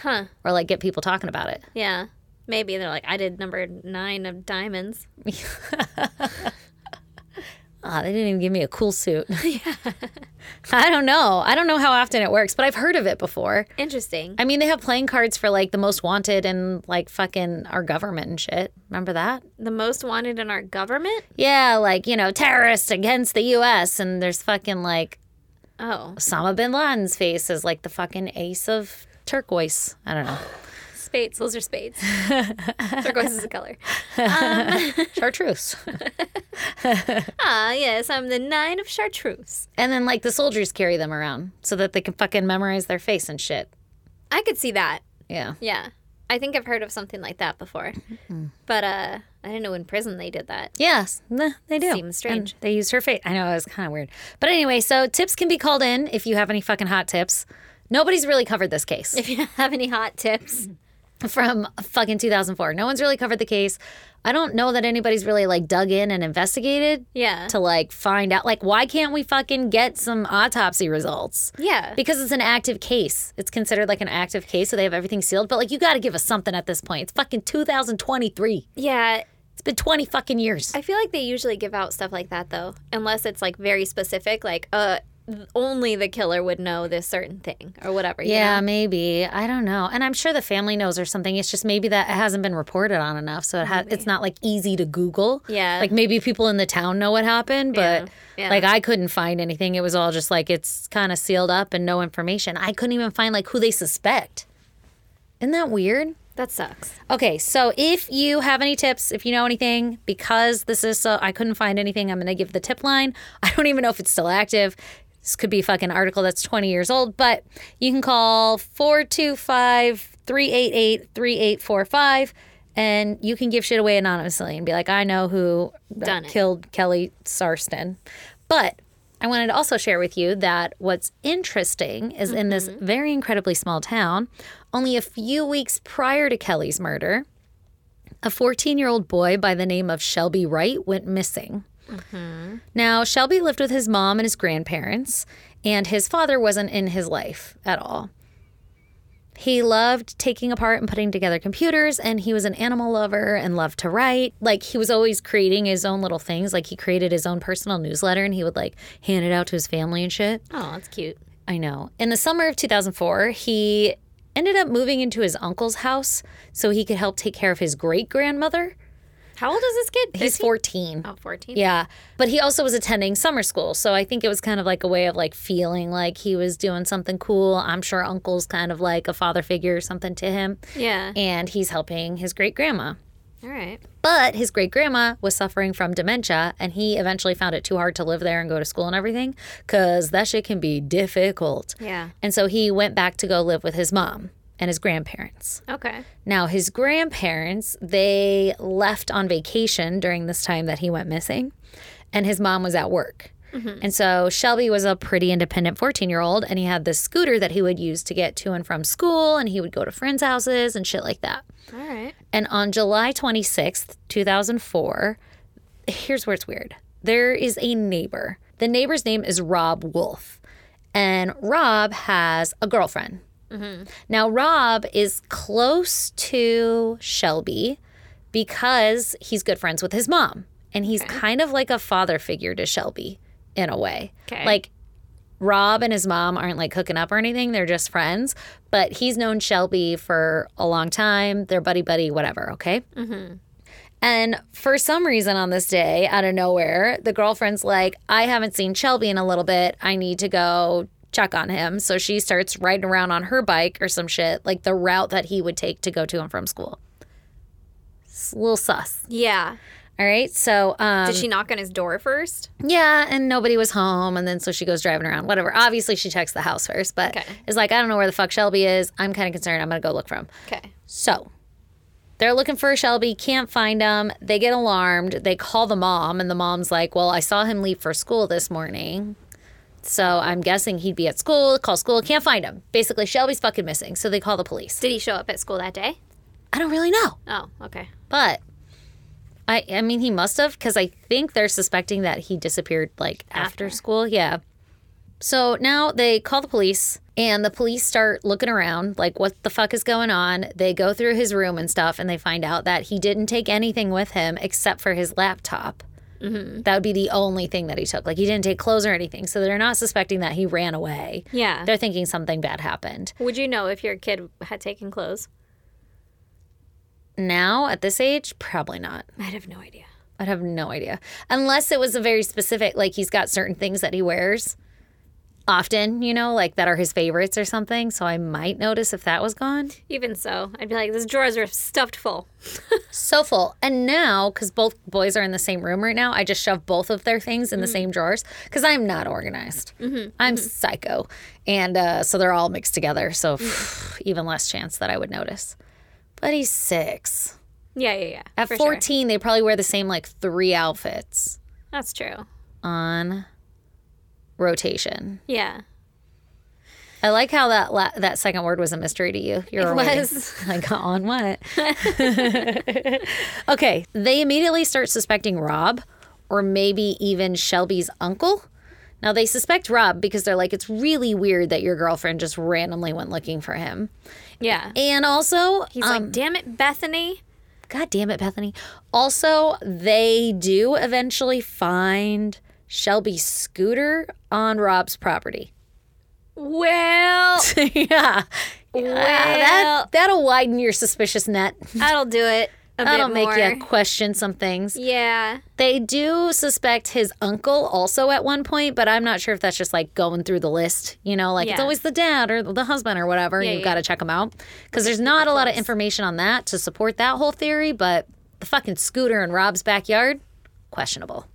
A: Huh?
B: or like get people talking about it.
A: <laughs> Yeah. Maybe they're like, I did number nine of diamonds.
B: Ah, they didn't even give me a cool suit. <laughs> I don't know. I don't know how often it works, but I've heard of it before.
A: Interesting.
B: I mean, they have playing cards for like the most wanted and like fucking our government and shit. Remember that?
A: The most wanted in our government.
B: Yeah, like, you know, terrorists against the US. And there's fucking like
A: Oh,
B: Osama bin Laden's face is like the fucking ace of turquoise. I don't know.
A: spades. Those are
B: <laughs>
A: spades. Turquoise is a color.
B: Chartreuse. <laughs>
A: Ah, yes, I'm the nine of chartreuse.
B: and then like the soldiers carry them around so that they can fucking memorize their face and shit.
A: I could see that.
B: Yeah.
A: Yeah. I think I've heard of something like that before.
B: Mm-hmm.
A: But uh I didn't know in prison they did that. <laughs>
B: Yes, nah, they do.
A: Seems strange.
B: And they use her face. I know it was kind of weird, but anyway. So tips can be called in if you have any fucking hot tips. Nobody's really covered this case
A: If you have any hot tips.
B: <laughs> from fucking 2004. No one's really covered the case. I don't know that anybody's really like dug in and investigated
A: Yeah.
B: to like find out like why can't we fucking get some autopsy results?
A: Yeah.
B: Because it's an active case. It's considered like an active case, so they have everything sealed. But like you got to give us something at this point. It's fucking 2023.
A: Yeah.
B: It's been 20 fucking years.
A: I feel like they usually give out stuff like that though, unless it's like very specific like uh only the killer would know this certain thing or whatever. you
B: Yeah,
A: know?
B: maybe. I don't know. And I'm sure the family knows or something. It's just maybe that it hasn't been reported on enough, so it ha- it's not like easy to Google.
A: Yeah.
B: Like maybe people in the town know what happened, but
A: Yeah. Yeah.
B: like I couldn't find anything. It was all just like it's kind of sealed up and no information. I couldn't even find like who they suspect. Isn't that weird?
A: That sucks.
B: Okay, so if you have any tips, if you know anything, <laughs> because this is so, I couldn't find anything, I'm going to give the tip line. I don't even know if it's still active. This could be a fucking article that's 20 years old, but you can call 425 388 3845 and you can give shit away anonymously and be like, I know who
A: Done it.
B: killed Kelly Sarston. But I wanted to also share with you that what's interesting is in this very incredibly small town, only a few weeks prior to Kelly's murder, a 14 year old boy by the name of Shelby Wright went missing. Now, Shelby lived with his mom and his grandparents, and his father wasn't in his life at all. He loved taking apart and putting together computers, and he was an animal lover and loved to write. Like, he was always creating his own little things. Like, he created his own personal newsletter and he would, like, hand it out to his family and shit.
A: Oh, that's cute.
B: I know. In the summer of 2004, he ended up moving into his uncle's house so he could help take care of his great grandmother.
A: How old is this kid?
B: He's 14.
A: Oh, 14.
B: Yeah. But he also was attending summer school. So I think it was kind of like a way of like feeling like he was doing something cool. I'm sure uncle's kind of like a father figure or something to him.
A: Yeah.
B: And he's helping his great grandma.
A: All right.
B: But his great grandma was suffering from dementia, and he eventually found it too hard to live there and go to school and everything because that shit can be difficult.
A: Yeah.
B: And so he went back to go live with his mom and his grandparents.
A: Okay.
B: Now, his grandparents, they left on vacation during this time that he went missing, and his mom was at work. And so Shelby was a pretty independent 14 year old, and he had this scooter that he would use to get to and from school, and he would go to friends' houses and shit like that.
A: All right.
B: And on July 26th, 2004, here's where it's weird there is a neighbor. The neighbor's name is Rob Wolf, and Rob has a girlfriend. Now, Rob is close to Shelby because he's good friends with his mom, and he's kind of like a father figure to Shelby in a way.
A: Okay.
B: Like, Rob and his mom aren't like hooking up or anything. They're just friends. But he's known Shelby for a long time. They're buddy buddy, whatever. Okay. And for some reason on this day, out of nowhere, the girlfriend's like, I haven't seen Shelby in a little bit. I need to go check on him. So she starts riding around on her bike or some shit, like the route that he would take to go to and from school. It's a little sus.
A: Yeah.
B: All right. So, um,
A: Did she knock on his door first?
B: yeah, and nobody was home. And then so she goes driving around, whatever. Obviously, she checks the house first, but
A: Okay.
B: is like, I don't know where the fuck Shelby is. I'm kind of concerned. I'm going to go look for him.
A: Okay.
B: So they're looking for Shelby, can't find him. They get alarmed. They call the mom, and the mom's like, Well, I saw him leave for school this morning. So I'm guessing he'd be at school, call school, can't find him. Basically, Shelby's fucking missing. So they call the police.
A: Did he show up at school that day?
B: I don't really know.
A: Oh, okay.
B: But I I mean he must have because I think they're suspecting that he disappeared like after, school. Yeah. So now they call the police and the police start looking around like what the fuck is going on. They go through his room and stuff and they find out that he didn't take anything with him except for his laptop. That would be the only thing that he took. Like he didn't take clothes or anything. So they're not suspecting that he ran away.
A: Yeah.
B: They're thinking something bad happened.
A: Would you know if your kid had taken clothes?
B: Now at this age, probably not.
A: I'd have no idea.
B: I'd have no idea. Unless it was a very specific, like he's got certain things that he wears often, you know, like that are his favorites or something. So I might notice if that was gone.
A: Even so, I'd be like, these drawers are stuffed full.
B: So full. And now, because both boys are in the same room right now, I just shove both of their things in
A: Mm-hmm.
B: the same drawers because I'm not organized. I'm psycho. And uh, so they're all mixed together. So
A: Mm-hmm.
B: even less chance that I would notice. But he's six.
A: Yeah, yeah, yeah.
B: At
A: for sure.
B: 14, they probably wear the same like three outfits
A: That's true.
B: on rotation.
A: Yeah.
B: I like how that la- that second word was a mystery to you. You're
A: It
B: waiting. <laughs>
A: was.
B: like on what? <laughs> okay, they immediately start suspecting Rob, or maybe even Shelby's uncle. Now they suspect Rob because they're like, it's really weird that your girlfriend just randomly went looking for him.
A: Yeah.
B: And also,
A: He's
B: um,
A: like, damn it, Bethany.
B: God damn it, Bethany. Also, they do eventually find Shelby's scooter on Rob's property.
A: Well,
B: yeah.
A: well,
B: <laughs> that that'll widen your suspicious net.
A: that'll do it. A
B: That'll
A: bit
B: make
A: more.
B: you question some things.
A: Yeah.
B: They do suspect his uncle also at one point, but I'm not sure if that's just like going through the list. You know, like it's
A: Yeah.
B: always the dad or the husband or whatever. and
A: Yeah,
B: You've
A: yeah.
B: got to check them out because there's not a lot of information on that to support that whole theory. But the fucking scooter in Rob's backyard, questionable.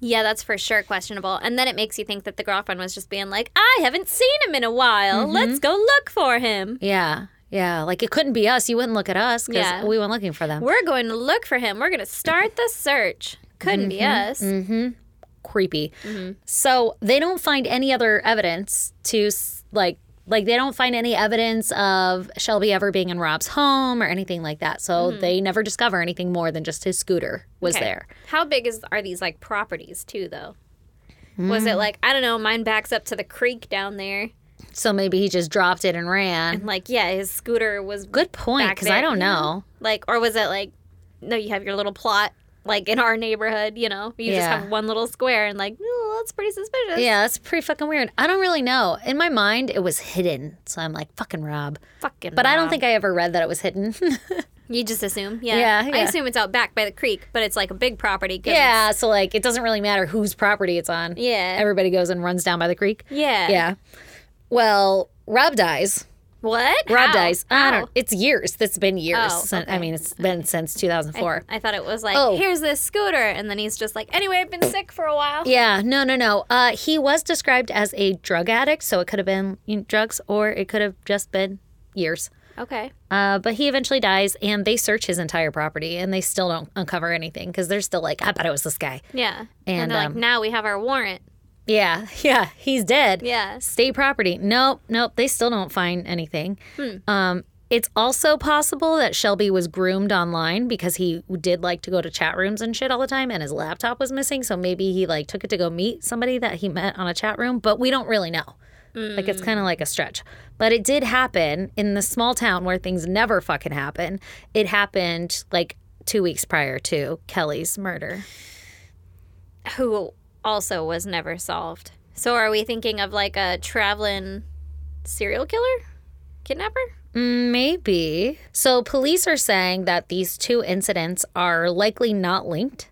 A: Yeah, that's for sure questionable. And then it makes you think that the girlfriend was just being like, I haven't seen him in a while.
B: Mm-hmm.
A: Let's go look for him.
B: Yeah. Yeah. Like it couldn't be us. You wouldn't look at us because
A: Yeah.
B: we weren't looking for them.
A: We're going to look for him. We're going to start the search. Couldn't be
B: Mm-hmm.
A: us.
B: creepy.
A: Mm-hmm.
B: So they don't find any other evidence to s- like like they don't find any evidence of Shelby ever being in Rob's home or anything like that. So they never discover anything more than just his scooter was
A: Mm-hmm. Okay.
B: there.
A: How big is are these like properties too though? Was
B: Mm.
A: it like, I don't know, mine backs up to the creek down there.
B: So maybe he just dropped it and ran.
A: And like, yeah, his scooter was
B: Good point
A: Back
B: cuz I
A: there. Mm-hmm.
B: don't know.
A: like or was it like no, you have your little plot like in our neighborhood, you know. You just
B: Yeah.
A: have one little square and like, "Ooh, that's pretty suspicious.
B: Yeah, that's pretty fucking weird. I don't really know. In my mind, it was hidden. So I'm like, fucking Rob.
A: Fucking
B: But I
A: Rob.
B: don't think I ever read that it was hidden. <laughs>
A: You just assume, yeah.
B: Yeah,
A: I
B: yeah.
A: assume it's out back by the creek, but it's like a big property. 'cause it's-
B: yeah. So, like, it doesn't really matter whose property it's on.
A: Yeah.
B: Everybody goes and runs down by the creek.
A: yeah.
B: Yeah. Well, Rob dies.
A: What?
B: Rob
A: How?
B: dies. I
A: How?
B: don't. It's years. That's been years.
A: Oh,
B: since- I
A: okay.
B: mean, it's been since 2004.
A: I thought it was like,
B: Oh.
A: here's this scooter, and then he's just like, anyway, I've been sick for a while.
B: yeah. No. No. No. Uh, he was described as a drug addict, so it could have been you know, drugs, or it could have just been years.
A: Okay.
B: Uh, but he eventually dies, and they search his entire property, and they still don't uncover anything because they're still like, I bet it was this guy.
A: Yeah.
B: And,
A: they're like,
B: um,
A: now we have our warrant.
B: Yeah. <laughs> Yeah. He's dead.
A: Yeah.
B: State property. Nope, nope. They still don't find anything. Um, it's also possible that Shelby was groomed online because he did like to go to chat rooms and shit all the time, and his laptop was missing. So maybe he like took it to go meet somebody that he met on a chat room, but we don't really know. Like it's kind of like a stretch, but it did happen in the small town where things never fucking happen. It happened like two weeks prior to Kelly's murder.
A: Who also was never solved. So are we thinking of like a traveling serial killer? Kidnapper?
B: Maybe. So, police are saying that these two incidents are likely not linked.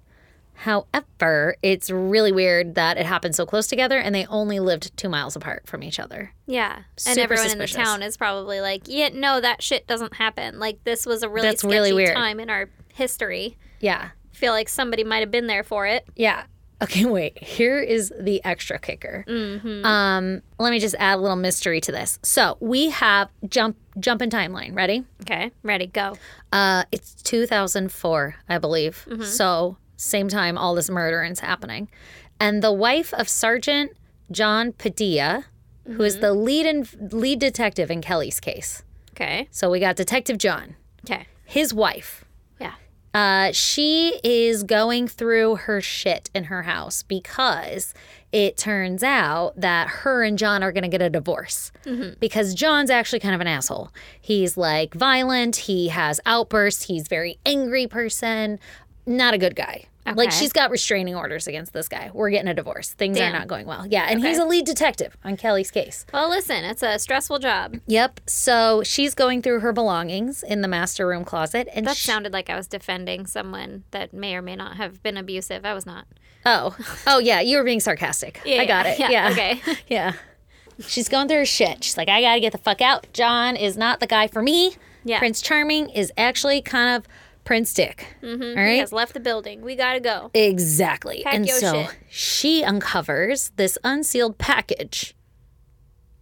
B: However, it's really weird that it happened so close together and they only lived two miles apart from each other.
A: Yeah. and
B: Super
A: everyone in the
B: suspicious.
A: town is probably like, yeah, no, that shit doesn't happen. Like, this was a really
B: That's
A: sketchy
B: really weird.
A: time in our history.
B: Yeah.
A: feel like somebody might have been there for it.
B: Yeah. Okay, <laughs> wait. Here is the extra kicker. Um, let me just add a little mystery to this. So, we have jump jump in timeline. Ready?
A: Okay. Ready, go.
B: Uh, it's 2004, I believe. So, same time all this murdering's happening. And the wife of Sergeant John Padilla, who is the lead in, lead detective in Kelly's case.
A: Okay.
B: So, we got Detective John,
A: Okay.
B: his wife.
A: Yeah.
B: Uh, she is going through her shit in her house because it turns out that her and John are going to get a divorce
A: Mm-hmm.
B: because John's actually kind of an asshole. He's like violent, he has outbursts, he's very angry person, not a good guy. Like
A: Okay.
B: she's got restraining orders against this guy. We're getting a divorce. Things
A: Damn.
B: are not going well. Yeah, and he's a lead detective on Kelly's case.
A: Well, listen, it's a stressful job.
B: Yep. So she's going through her belongings in the master room closet and
A: That
B: she-
A: sounded like I was defending someone that may or may not have been abusive. I was not.
B: Oh, oh yeah, you were being sarcastic. I
A: <laughs>
B: got it. Yeah.
A: Okay.
B: <laughs> Yeah. She's going through her shit. She's like, I gotta get the fuck out. John is not the guy for me.
A: Yeah.
B: Prince Charming is actually kind of Prince Dick. All
A: Mm-hmm. He
B: right.
A: has left the building. We gotta go.
B: Exactly.
A: Pack
B: and
A: your
B: so
A: shit.
B: she uncovers this unsealed package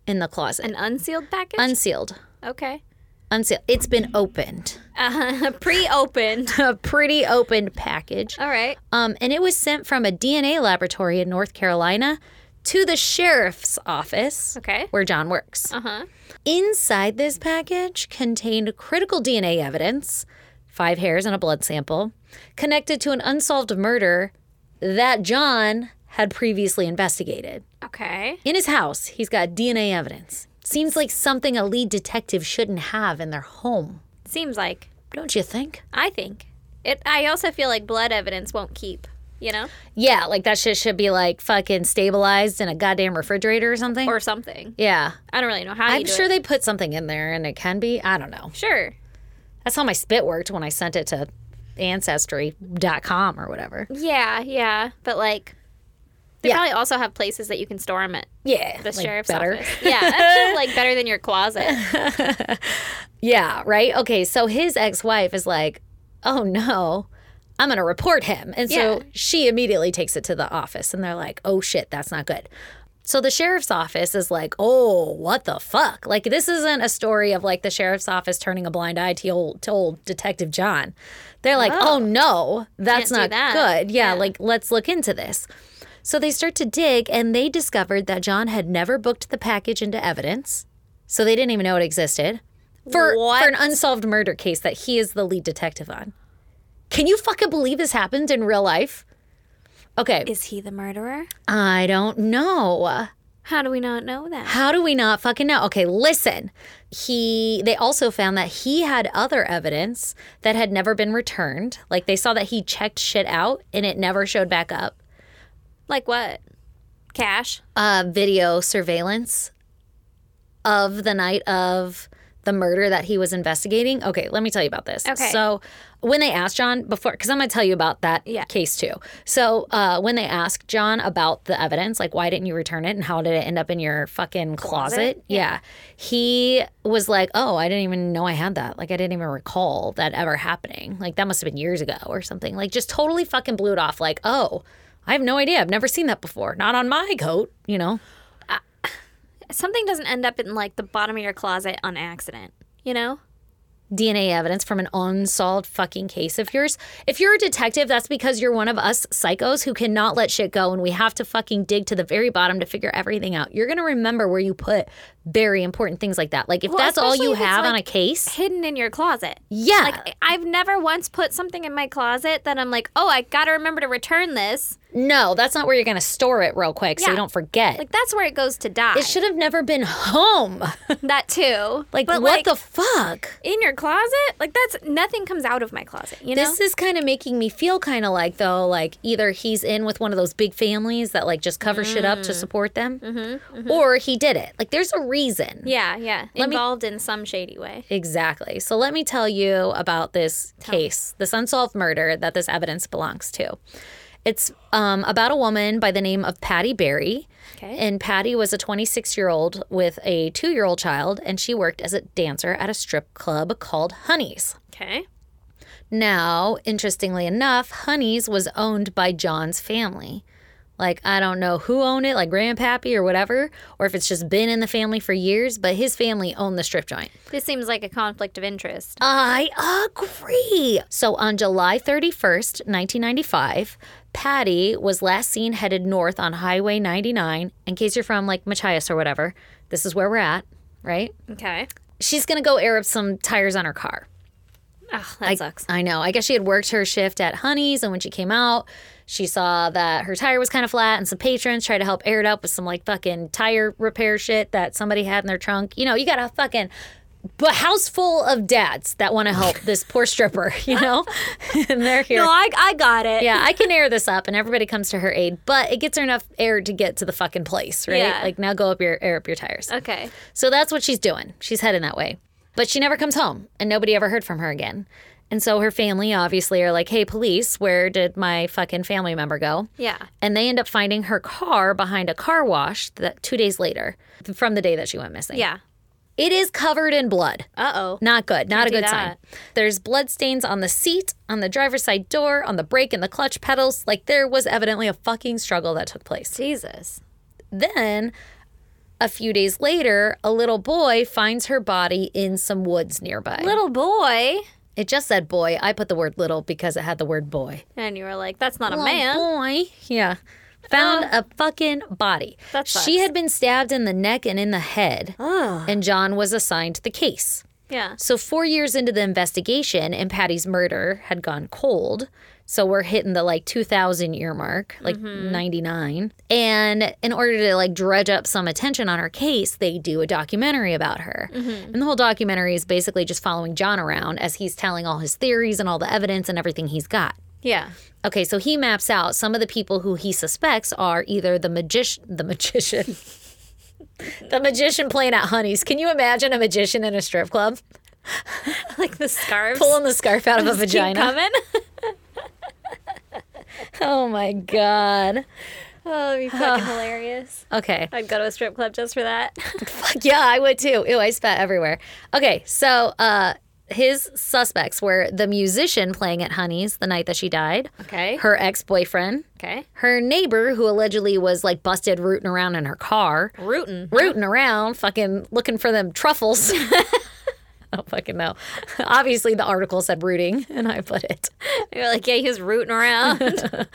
B: in the closet.
A: An unsealed package.
B: unsealed.
A: okay.
B: Unsealed. It's been opened. <laughs>
A: Uh, <laughs> pre-opened.
B: A pretty opened package.
A: All right.
B: Um, and it was sent from a DNA laboratory in North Carolina to the sheriff's office
A: Okay.
B: where John works.
A: Uh huh.
B: Inside this package contained critical DNA evidence, five hairs and a blood sample, connected to an unsolved murder that John had previously investigated.
A: Okay.
B: In his house, he's got DNA evidence. Seems like something a lead detective shouldn't have in their home,
A: Seems like.
B: don't you think?
A: I think. It. I also feel like blood evidence won't keep. You know,
B: Yeah, like that shit should be like fucking stabilized in a goddamn refrigerator or something.
A: or something.
B: yeah.
A: I don't really know how. you
B: I'm
A: do
B: sure
A: It.
B: they put something in there and it can be. I don't know.
A: Sure.
B: That's how my spit worked when I sent it to ancestry.com or whatever.
A: Yeah, yeah, but like they probably also have places that you can store them at
B: Yeah.
A: the
B: like,
A: sheriff's
B: better.
A: office. Yeah, that's still, like better than your closet.
B: Yeah, right? Okay, so his ex wife is like, oh no, I'm going to report him. And so
A: Yeah.
B: she immediately takes it to the office and they're like, oh shit, that's not good. So the sheriff's office is like, oh, what the fuck? Like, this isn't a story of like the sheriff's office turning a blind eye to old, to old Detective John. They're like, oh, no, that's
A: Can't
B: not
A: do that.
B: good. yeah, like, let's look into this. So they start to dig and they discovered that John had never booked the package into evidence. So they didn't even know it existed for, for an unsolved murder case that he is the lead detective on. Can you fucking believe this happened in real life? Okay.
A: Is he the murderer?
B: I don't know.
A: How do we not know that?
B: How do we not fucking know? Okay, listen. He they also found that he had other evidence that had never been returned. Like they saw that he checked shit out and it never showed back up.
A: Like what? Cash?
B: Uh video surveillance of the night of the murder that he was investigating. Okay, let me tell you about this.
A: Okay.
B: So when they asked John before, because I'm going to tell you about that
A: Yeah.
B: case too. So uh, when they asked John about the evidence, like why didn't you return it and how did it end up in your fucking closet? Yeah. He was like, oh, I didn't even know I had that. Like I didn't even recall that ever happening. Like that must have been years ago or something. Like just totally fucking blew it off. Like, oh, I have no idea. I've never seen that before. Not on my coat, you know?
A: Something doesn't end up in like the bottom of your closet on accident, you know?
B: DNA evidence from an unsolved fucking case of yours. If you're a detective, that's because you're one of us psychos who cannot let shit go and we have to fucking dig to the very bottom to figure everything out. You're going to remember where you put very important things like that. Like if
A: Well,
B: that's all
A: especially
B: you
A: if it's
B: have on a
A: like-
B: case,
A: Hidden in your closet.
B: yeah.
A: Like I- I've never once put something in my closet that I'm like, "Oh, I got to remember to return this."
B: no, that's not where you're going to store it real quick so
A: Yeah.
B: you don't forget.
A: Like that's where it goes to die.
B: it should have never been home.
A: <laughs>
B: <laughs>
A: that too.
B: Like
A: But,
B: what the fuck?
A: in your closet? Like that's nothing comes out of my closet, you know?
B: This is kind of making me feel kind of like though, like either he's in with one of those big families that like just cover shit
A: Mm.
B: up to support them,
A: Mm-hmm,
B: or he did it. Like there's a reason.
A: yeah, yeah.
B: Let me-
A: Involved in some shady way.
B: Exactly. So let me tell you about this case, this unsolved murder that this evidence belongs to. It's um, about a woman by the name of Patty Berry.
A: Okay.
B: And Patty was a 26 year old with a two year old child, and she worked as a dancer at a strip club called Honey's.
A: Okay.
B: Now, interestingly enough, Honey's was owned by John's family. Like, I don't know who owned it, like Grandpappy or whatever, or if it's just been in the family for years, but his family owned the strip joint.
A: This seems like a conflict of interest.
B: I agree. So on July 31st, 1995, Patty was last seen headed north on Highway 99. In case you're from like Machias or whatever, this is where we're at, right?
A: Okay.
B: She's going to go air up some tires on her car.
A: Oh, that sucks.
B: I know. I guess she had worked her shift at Honey's, and when she came out, she saw that her tire was kind of flat, and some patrons tried to help air it up with some like fucking tire repair shit that somebody had in their trunk. You know, you got a fucking but house full of dads that want
A: <laughs>
B: to help this poor stripper. You know, <laughs> and they're here.
A: No, I, I got it.
B: yeah, I can air this up, and everybody comes to her aid, but it gets her enough air to get to the fucking place, right?
A: Yeah.
B: Like now, go up your air up your tires.
A: Okay.
B: So that's what she's doing. She's heading that way. But she never comes home, and nobody ever heard from her again. And so her family obviously are like, hey, police, where did my fucking family member go?
A: Yeah.
B: And they end up finding her car behind a car wash that two days later from the day that she went missing.
A: Yeah.
B: It is covered in blood.
A: Uh oh.
B: Not good. Not a
A: do
B: good sign.
A: that.
B: There's blood stains on the seat, on the driver's side door, on the brake and the clutch pedals. Like there was evidently a fucking struggle that took place.
A: Jesus.
B: Then, a few days later, a little boy finds her body in some woods nearby.
A: Little boy.
B: It just said boy. I put the word little because it had the word boy.
A: And you were like, that's not a
B: Little
A: man.
B: boy. Yeah. Found a fucking body.
A: Uh, that sucks.
B: she had been stabbed in the neck and in the head, and John was assigned the case.
A: Yeah.
B: So, four years into the investigation, and Patty's murder had gone cold. So, we're hitting the like 2000 year mark, like 99. And in order to like dredge up some attention on her case, they do a documentary about her. And the whole documentary is basically just following John around as he's telling all his theories and all the evidence and everything he's got.
A: Yeah. <laughs>
B: Okay, so he maps out some of the people who he suspects are either the magician, the magician, <laughs> the magician playing at Honey's. Can you imagine a magician in a strip club?
A: Like the scarves.
B: pulling the scarf
A: <laughs>
B: out of a
A: keep
B: vagina. <laughs>
A: coming.
B: Oh my god.
A: oh, that'd be <laughs> fucking hilarious.
B: Okay.
A: I'd go to a strip club just for that.
B: Yeah, I would too. Ew, I spat everywhere. Okay, so uh his suspects were the musician playing at Honey's the night that she died,
A: <laughs> Okay.
B: her ex boyfriend,
A: Okay.
B: her neighbor who allegedly was like busted rooting around in her car,
A: Rootin'.
B: rooting around, fucking looking for them
A: <laughs>
B: truffles. <laughs> I don't fucking know. <laughs> Obviously, the article said rooting, <laughs> and I put it.
A: You're like, yeah, he was rooting around.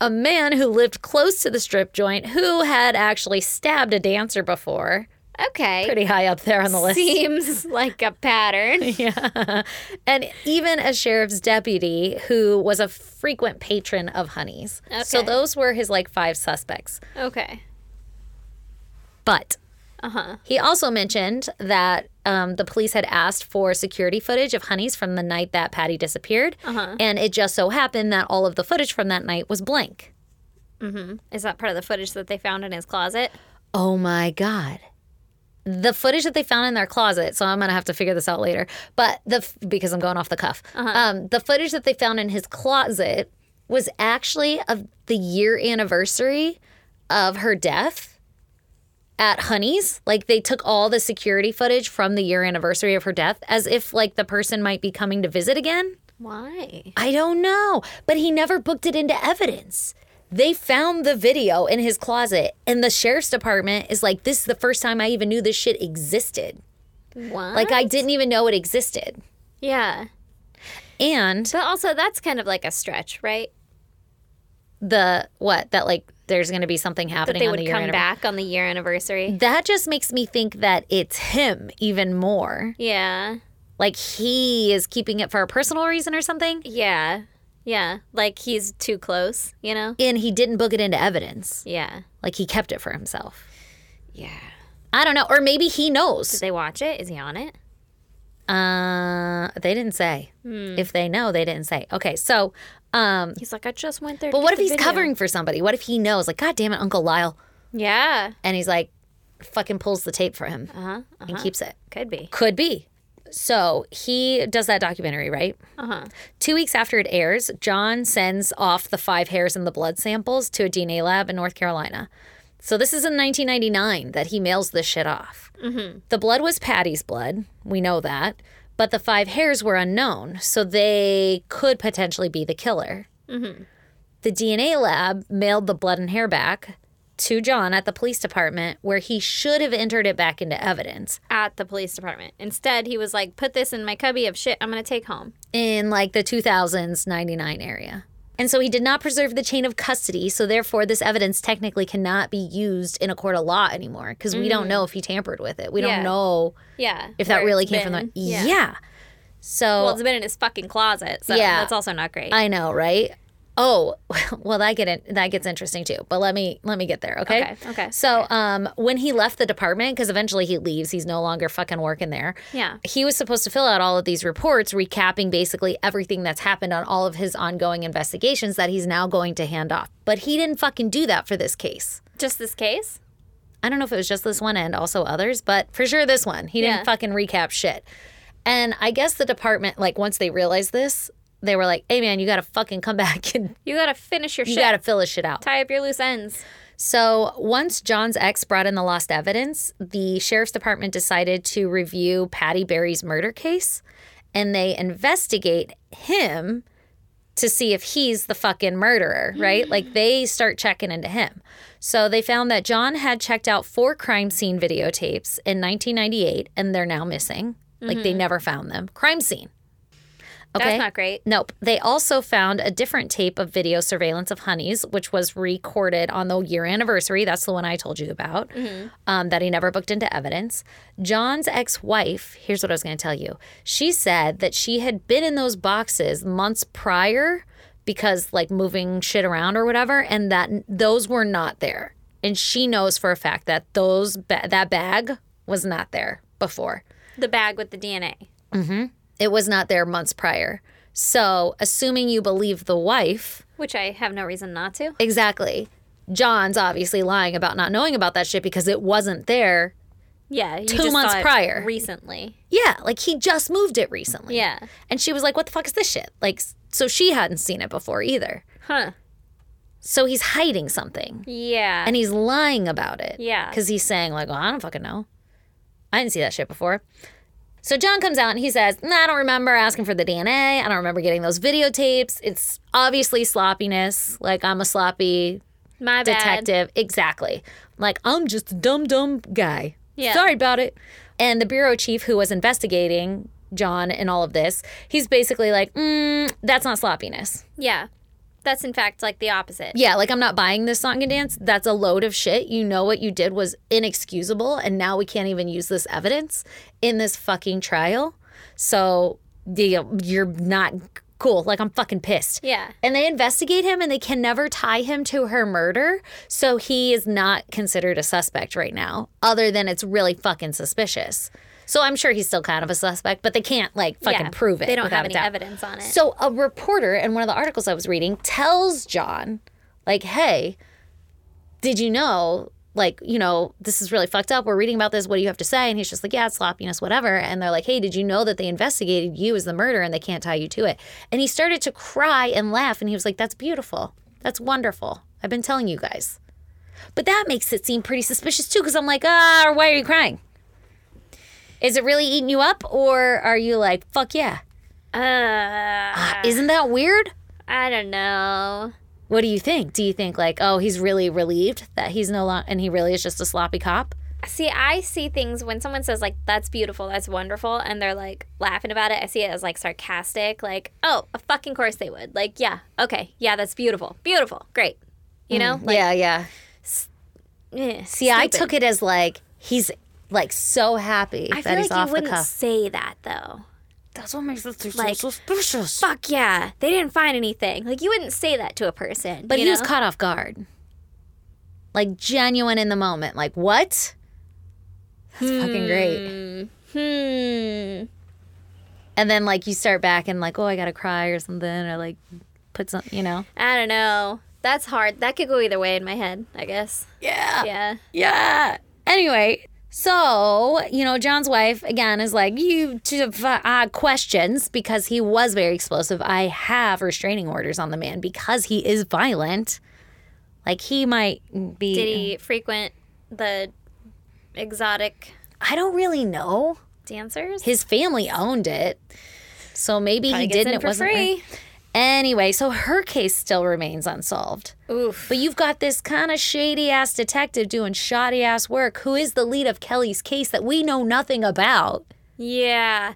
B: A man who lived close to the strip joint who had actually stabbed a dancer before.
A: <laughs> okay.
B: Pretty high up there on the
A: <laughs>
B: list.
A: Seems like a pattern.
B: <laughs> Yeah. And even a sheriff's deputy who was a frequent patron of Honey's. So
A: Okay.
B: those were his like five suspects.
A: Okay.
B: But
A: Uh huh.
B: he also mentioned that um, the police had asked for security footage of Honey's from the night that Patty disappeared. And it just so happened that all of the footage from that night was blank.
A: Is that part of the footage that they found in his closet?
B: Oh my God. The footage that they found in their closet, so I'm gonna have to figure this out later. But the f- because I'm going off the cuff, um, the footage that they found in his closet was actually of the year anniversary of her death at Honey's. Like they took all the security footage from the year anniversary of her death, as if like the person might be coming to visit again.
A: Why?
B: I don't know, but he never booked it into evidence. They found the video in his closet, and the sheriff's department is like, This is the first time I even knew this shit existed.
A: Why?
B: Like, I didn't even know it existed.
A: yeah.
B: And
A: But also, that's kind of like a stretch, right?
B: the what that, like, there's going to be something happening
A: That they
B: on
A: would
B: the
A: come
B: year anniversary.
A: back on the Mm-hmm. year anniversary.
B: That just makes me think that it's him even more.
A: Yeah.
B: Like, he is keeping it for a personal reason or something,
A: Yeah. Yeah. Like he's too close, you know?
B: and he didn't book it into evidence.
A: Yeah.
B: Like, he kept it for himself.
A: Yeah.
B: I don't know. Or maybe he knows.
A: Did they watch it? Is he on it?
B: Uh, they didn't say.
A: Hmm.
B: If they know, they didn't say. Okay, so, um,
A: He's like, I just went there. to
B: but what
A: get
B: if
A: the
B: he's
A: video."
B: covering for somebody? What if he knows, like, God damn it, Uncle Lyle,
A: Yeah.
B: and he's like, fucking pulls the tape for him
A: Uh huh.
B: and keeps it.
A: Could be.
B: Could be. So he does that documentary, right?
A: Uh huh.
B: Two weeks after it airs, John sends off the five hairs and the blood samples to a DNA lab in North Carolina. So this is in 1999 that he mails this shit off. The blood was Patty's blood. We know that. But the five hairs were unknown, so they could potentially be the killer. The DNA lab mailed the blood and hair back to John at the police department, where he should have entered it back into evidence.
A: At the police department. Instead, he was like, put this in my cubby of shit I'm going to take home.
B: in like the 2000s 99 area. And so he did not preserve the chain of custody, so therefore this evidence technically cannot be used in a court of law anymore because we don't know if he tampered with it. We
A: Mm. Yeah.
B: don't know
A: Yeah.
B: if that
A: Where
B: really
A: it's
B: came from
A: been.
B: the Yeah. So
A: Well, it's been in his fucking closet. So
B: Yeah.
A: that's also not great.
B: I know, right? Oh, <laughs> well that get in, that gets interesting too. But let me let me get there, okay?
A: Okay, okay,
B: So, um when he left the department because eventually he leaves, he's no longer fucking working there.
A: Yeah.
B: He was supposed to fill out all of these reports recapping basically everything that's happened on all of his ongoing investigations that he's now going to hand off. But he didn't fucking do that for this case.
A: Just this case?
B: I don't know if it was just this one and also others, but for sure this one. He
A: Yeah.
B: didn't fucking recap shit. And I guess the department, like, once they realized this, they were like, hey, man, you got to fucking come <laughs> back and
A: You got to finish your
B: you
A: shit.
B: got to fill this shit out.
A: Tie up your loose ends.
B: So once John's ex brought in the lost evidence, the sheriff's department decided to review Patty Barry's murder case and they investigate him to see if he's the fucking murderer,
A: <gasps>
B: right? like they start checking into him. So they found that John had checked out four crime scene videotapes in 1998 and they're now missing. Like they never found them. Crime scene. Okay.
A: Mm. That's not great.
B: Nope. They also found a different tape of video surveillance of Honey's, which was recorded on the year anniversary. That's the one I told you about um, that he never booked into evidence. John's ex wife, here's what I was going to tell you. She said that she had been in those boxes months prior because, like, moving shit around or whatever, and that n- those were not there. And she knows for a fact that those ba- that bag was not there before
A: The bag with the DNA.
B: it was not there months prior. So, assuming you believe the wife,
A: Which I have no reason not to.
B: exactly. John's obviously lying about not knowing about that shit because it wasn't there.
A: Yeah, you
B: Two
A: just
B: months
A: saw it
B: prior.
A: recently.
B: Yeah, like he just moved it recently.
A: Yeah,
B: And she was like, "What the fuck is this shit?" Like s- so she hadn't seen it before either.
A: huh?
B: So he's hiding something
A: Yeah,
B: and he's lying about it.
A: Yeah.
B: Cuz he's saying like, "Well, I don't fucking know. I didn't see that shit before." So John comes out and he says, nah, I don't remember asking for the DNA. I don't remember getting those videotapes. It's obviously sloppiness. Like I'm a sloppy
A: My bad.
B: detective. Exactly. Like, I'm just a dumb, dumb guy.
A: Yeah.
B: Sorry about it. And the bureau chief who was investigating John and all of this, he's basically like, mm, that's not sloppiness.
A: Yeah. That's in fact like the opposite.
B: Yeah, like I'm not buying this song and dance. That's a load of shit. You know what you did was inexcusable, and now we can't even use this evidence in this fucking trial. So the- you're not cool. Like I'm fucking pissed.
A: Yeah.
B: And they investigate him and they can never tie him to her murder. So he is not considered a suspect right now, other than it's really fucking suspicious. So I'm sure he's still kind of a suspect, but they can't like fucking
A: Yeah.
B: prove it.
A: They don't
B: without
A: have
B: a
A: any
B: doubt.
A: evidence on it.
B: So a reporter in one of the articles I was reading tells John, like, hey, did you know? Like, you know, this is really fucked up. We're reading about this. What do you have to say? And he's just like, yeah, it's sloppiness, whatever. And they're like, hey, did you know that they investigated you as the murderer and they can't tie you to it? And he started to cry and laugh. And he was like, that's beautiful. That's wonderful. I've been telling you guys. But that makes it seem pretty suspicious too, because I'm like, ah, why are you crying? Is it really eating you up? Or are you like, fuck yeah?
A: uh,
B: Isn't that weird?
A: I don't know.
B: What do you think? Do you think like, oh, he's really relieved that he's no longer, and he really is just a sloppy cop?
A: See, I see things when someone says like that's beautiful, that's wonderful and they're like laughing about it. I see it as like sarcastic, like, "Oh, of fucking course they would." Like, "Yeah, okay. Yeah, that's beautiful. Beautiful. Great." You know? Like,
B: Mm, yeah, yeah.
A: eh,
B: See, I
A: stupid.
B: took it as like he's like so happy
A: I
B: that
A: feel
B: he's
A: like you
B: off the
A: wouldn't
B: cuff.
A: say that though.
B: That's what makes it so
A: like-
B: suspicious.
A: Fuck yeah, they didn't find anything. Like you wouldn't say that to a person.
B: But
A: you
B: he was
A: know?
B: caught off guard, like genuine in the moment. Like what? That's fucking great.
A: Hmm.
B: And then like you start back and like, oh, I gotta cry or something, or like put some, you know?
A: I don't know. That's hard. That could go either way in my head. I guess.
B: Uh, Yeah.
A: Yeah.
B: Yeah. Anyway, so, you know, John's wife again is like, you t- f- uh, questions because he was very explosive. I have restraining orders on the man because he is violent. Like, he might be.
A: Did he frequent the exotic
B: I don't really know.
A: dancers?
B: His family owned it. So maybe
A: Probably
B: he
A: gets
B: didn't.
A: in
B: It
A: for
B: wasn't.
A: free.
B: Anyway, so her case still remains unsolved.
A: Oof.
B: But you've got this kind of shady ass detective doing shoddy ass work who is the lead of Kelly's case that we know nothing about.
A: Yeah.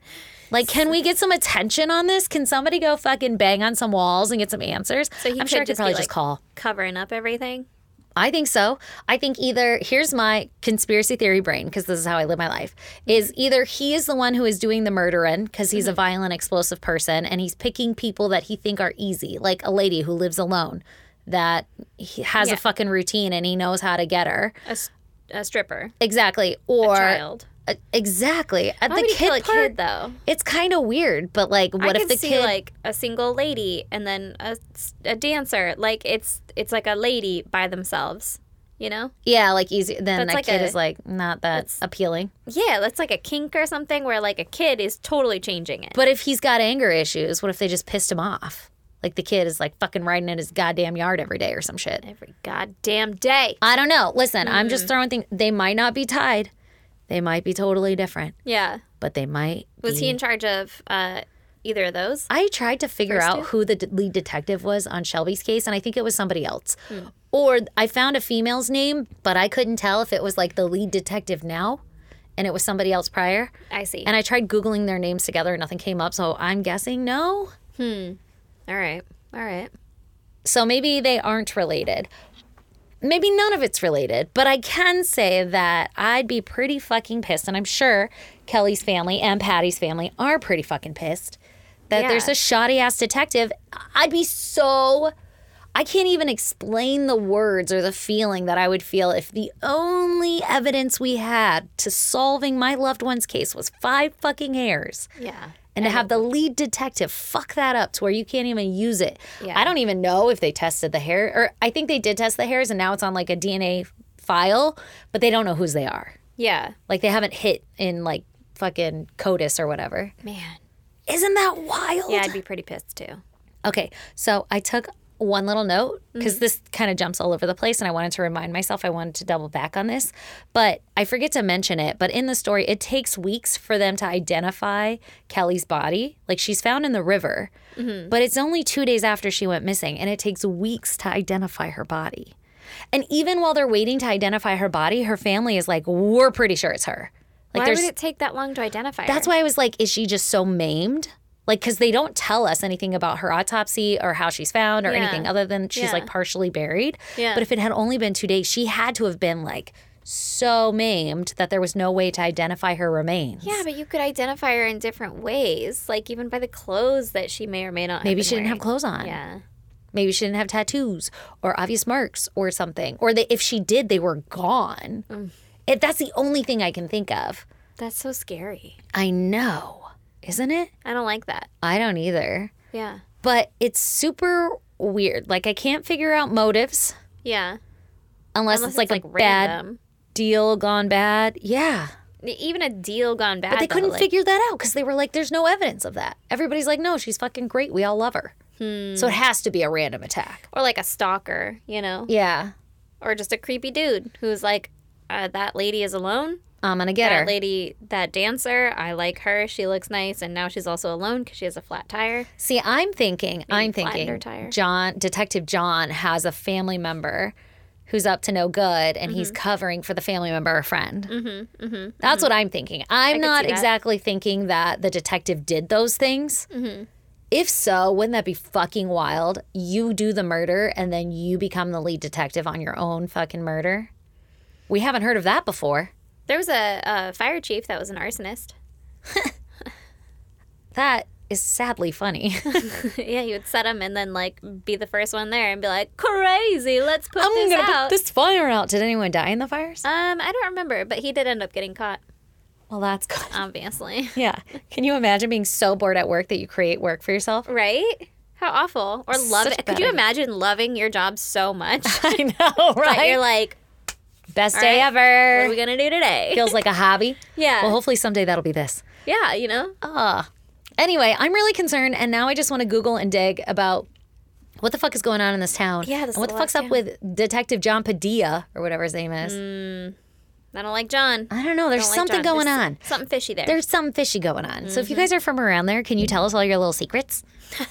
B: Like, can we get some attention on this? Can somebody go fucking bang on some walls and get some answers?
A: So he
B: I'm sure I
A: could
B: could
A: just be
B: probably
A: like-
B: just call.
A: Covering up everything.
B: I think so. I think either here's my conspiracy theory brain because this is how I live my life. Is either he is the one who is doing the murdering because
A: Mm-hmm.
B: he's a violent, explosive person, and he's picking people that he think are easy, like a lady who lives alone that he has
A: Yeah.
B: a fucking routine and he knows how to get her
A: A, s- a stripper.
B: exactly, or
A: Child.
B: Uh, exactly. Uh,
A: Why
B: the
A: would you
B: kid
A: kill a
B: part,
A: kid though?
B: it's kind of weird, but like, what
A: I could
B: if the
A: see
B: kid
A: like a single lady and then a, s- a dancer. Like it's it's like a lady by themselves. You know?
B: Yeah, like easy. Then
A: That's
B: that
A: like
B: kid
A: a-
B: is like not that appealing.
A: Yeah, that's like a kink or something where like a kid is totally changing it.
B: But if he's got anger issues, what if they just pissed him off? Like the kid is like fucking riding in his goddamn yard every day or some shit.
A: Every goddamn day.
B: I don't know. Listen, I'm just throwing things. They might not be tied. They might be totally different,
A: Yeah.
B: but they might.
A: Was
B: be-
A: he in charge of uh, either of those?
B: I tried to figure out who the d- lead detective was on Shelby's case, and I think it was somebody else. Or I found a female's name, but I couldn't tell if it was like the lead detective now and it was somebody else prior.
A: I see.
B: And I tried Googling their names together and nothing came up. So I'm guessing no.
A: all right. All right.
B: So maybe they aren't related. Maybe none of it's related, but I can say that I'd be pretty fucking pissed. And I'm sure Kelly's family and Patty's family are pretty fucking pissed that
A: Yeah.
B: there's a shoddy ass detective. I'd be so. I can't even explain the words or the feeling that I would feel if the only evidence we had to solving my loved one's case was five fucking hairs
A: Yeah.
B: and to have the lead detective fuck that up to where you can't even use it.
A: Yeah.
B: I don't even know if they tested the hair, or I think they did test the hairs, and now it's on like a DNA file, but they don't know whose they are.
A: Yeah.
B: Like they haven't hit in like fucking CODIS or whatever.
A: Man.
B: Isn't that wild?
A: Yeah, I'd be pretty pissed too.
B: Okay, so I took one little note
A: Mm-hmm.
B: because this kind of jumps all over the place, and I wanted to remind myself I wanted to double back on this, but I forget to mention it. But in the story, it takes weeks for them to identify Kelly's body. Like she's found in the river,
A: Mm-hmm.
B: but it's only two days after she went missing, and it takes weeks to identify her body. And even while they're waiting to identify her body, her family is like, "We're pretty sure it's her." Like
A: Why
B: there's
A: would it take that long to identify?
B: that's why I was like, is she just so maimed? Like, because they don't tell us anything about her autopsy or how she's found or
A: Yeah.
B: anything other than she's
A: Yeah.
B: like partially buried.
A: Yeah.
B: But if it had only been two days, she had to have been like so maimed that there was no way to identify her remains.
A: Yeah, but you could identify her in different ways, like even by the clothes that she may or may not.
B: Maybe
A: have
B: she didn't have
A: been
B: clothes on.
A: wearing. Yeah.
B: Maybe she didn't have tattoos or obvious marks or something. Or they, if she did, they were gone.
A: Mm.
B: If that's the only thing I can think of.
A: That's so scary.
B: I know, isn't it?
A: I don't like that.
B: I don't either.
A: Yeah.
B: but it's super weird. Like I can't figure out motives
A: Yeah.
B: unless,
A: Unless
B: it's like
A: like
B: a bad
A: random. E,
B: deal gone bad. Yeah,
A: Even a deal gone bad.
B: but they
A: though,
B: couldn't
A: like-
B: figure that out because they were like, "There's no evidence of that." Everybody's like, "No, she's fucking great. We all love her." So it has to be a random attack.
A: Or like a stalker, you know?
B: Yeah,
A: Or just a creepy dude who's like, uh, that lady is alone.
B: I'm gonna Um, get her.
A: That lady, that dancer, I like her. She looks nice. And now she's also alone because she has a flat tire.
B: See, I'm thinking, I'm
A: flattened her
B: thinking,
A: tire.
B: John, Detective John has a family member who's up to no good, and he's covering for the family member or friend. Mm-hmm, That's what I'm thinking. I'm not
A: see that.
B: exactly thinking that the detective did those things. If so, wouldn't that be fucking wild? You do the murder, and then you become the lead detective on your own fucking murder. We haven't heard of that before.
A: There was a, a fire chief that was an arsonist.
B: That is sadly funny. <laughs>
A: <laughs> yeah, he would set him and then like be the first one there and be like, crazy, let's put
B: I'm
A: this
B: gonna
A: out.
B: put this fire out. Did anyone die in the fires?
A: Um, I don't remember, but he did end up getting caught,
B: Well, that's good. <laughs>
A: obviously.
B: Yeah. Can you imagine being so bored at work that you create work for yourself? <laughs>
A: right? How awful. Or love
B: Such
A: it. Could you
B: bad-
A: imagine loving your job so much <laughs>
B: I know,
A: that
B: right?
A: you're like,
B: Best
A: all
B: day
A: right, what are
B: ever.
A: we gonna do today?
B: Feels like a hobby.
A: yeah. Ah.
B: Well, hopefully someday that'll be this.
A: yeah, you know?
B: Ugh. Anyway, I'm really concerned, and now I just want to Google and dig about what the fuck is going on in this town.
A: Yeah, this
B: and what the
A: little
B: fuck's
A: ass
B: up with Detective John Padilla or whatever his name is.
A: I don't like John.
B: I don't know. There's
A: Mm. Don't like John.
B: something
A: Mm-hmm.
B: going
A: There's
B: on.
A: Something fishy there.
B: There's some fishy going on. So if you guys are from around there, can you tell us all your little secrets?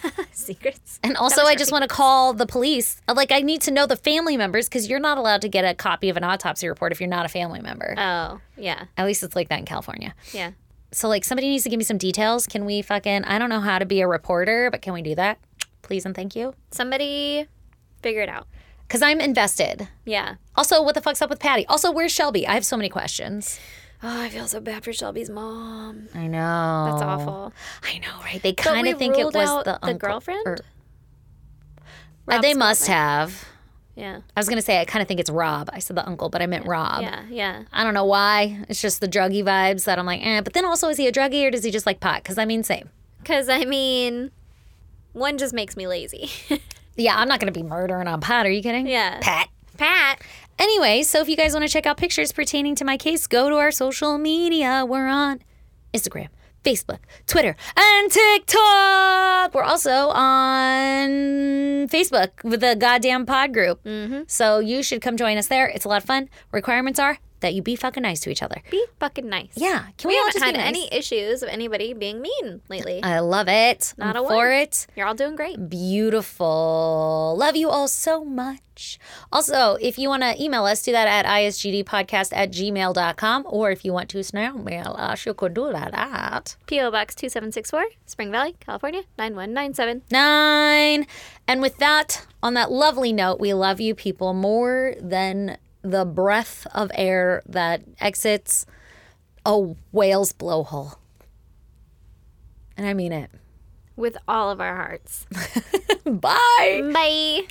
A: <laughs> secrets.
B: And also, I
A: your
B: just want to call the police. Uh, Like, I need to know the family members because you're not allowed to get a copy of an autopsy report if you're not a family member.
A: Oh, yeah.
B: At least it's like that in California.
A: Yeah.
B: So, like, somebody needs to give me some details. Can we fucking, I don't know how to be a reporter, but can we do that? Please and thank you.
A: Somebody figure it out.
B: Because I'm invested.
A: Yeah.
B: Also, what the fuck's up with Patty? Also, where's Shelby? I have so many questions.
A: Oh, I feel so bad for Shelby's mom.
B: I know.
A: That's awful.
B: I know, right? They
A: But
B: kind
A: we
B: of think it
A: ruled
B: was
A: out
B: the,
A: the
B: uncle-
A: girlfriend?
B: or- Uh,
A: Rob's
B: they must
A: girlfriend?
B: have.
A: Yeah.
B: I was going to say, I kind of think it's Rob. I said the uncle, but I meant Rob.
A: Yeah. Yeah.
B: I don't know why. It's just the druggy vibes that I'm like, eh. But then also, is he a druggie or does he just like pot? Because I mean, same.
A: Because, I mean, one just makes me lazy. <laughs>
B: Yeah, I'm not going to be murdering on pot. Are you kidding?
A: Yeah.
B: Pat.
A: Pat.
B: Anyway, so if you guys want to check out pictures pertaining to my case, go to our social media. We're on Instagram, Facebook, Twitter, and TikTok. We're also on Facebook with the goddamn pod group. Mm-hmm. So you should come join us there. It's a lot of fun. Requirements are that you be fucking nice to each other.
A: Be fucking nice.
B: Yeah. Can we,
A: We
B: all
A: haven't
B: just
A: had
B: be nice? Uh,
A: any issues of anybody being mean lately.
B: I love it.
A: Not
B: I'm
A: a one.
B: for it.
A: You're all doing great.
B: Beautiful. Love you all so much. Also, if you want to email us, do that at isgdpodcast at gmail.com. Or if you want to snail us, you could do that at
A: P.O. Box 2764, Spring Valley, California, 9197.
B: nine. And with that, on that lovely note, we love you people more than the breath of air that exits a whale's blowhole. And I mean it.
A: With all of our hearts.
B: Bye.
A: Bye.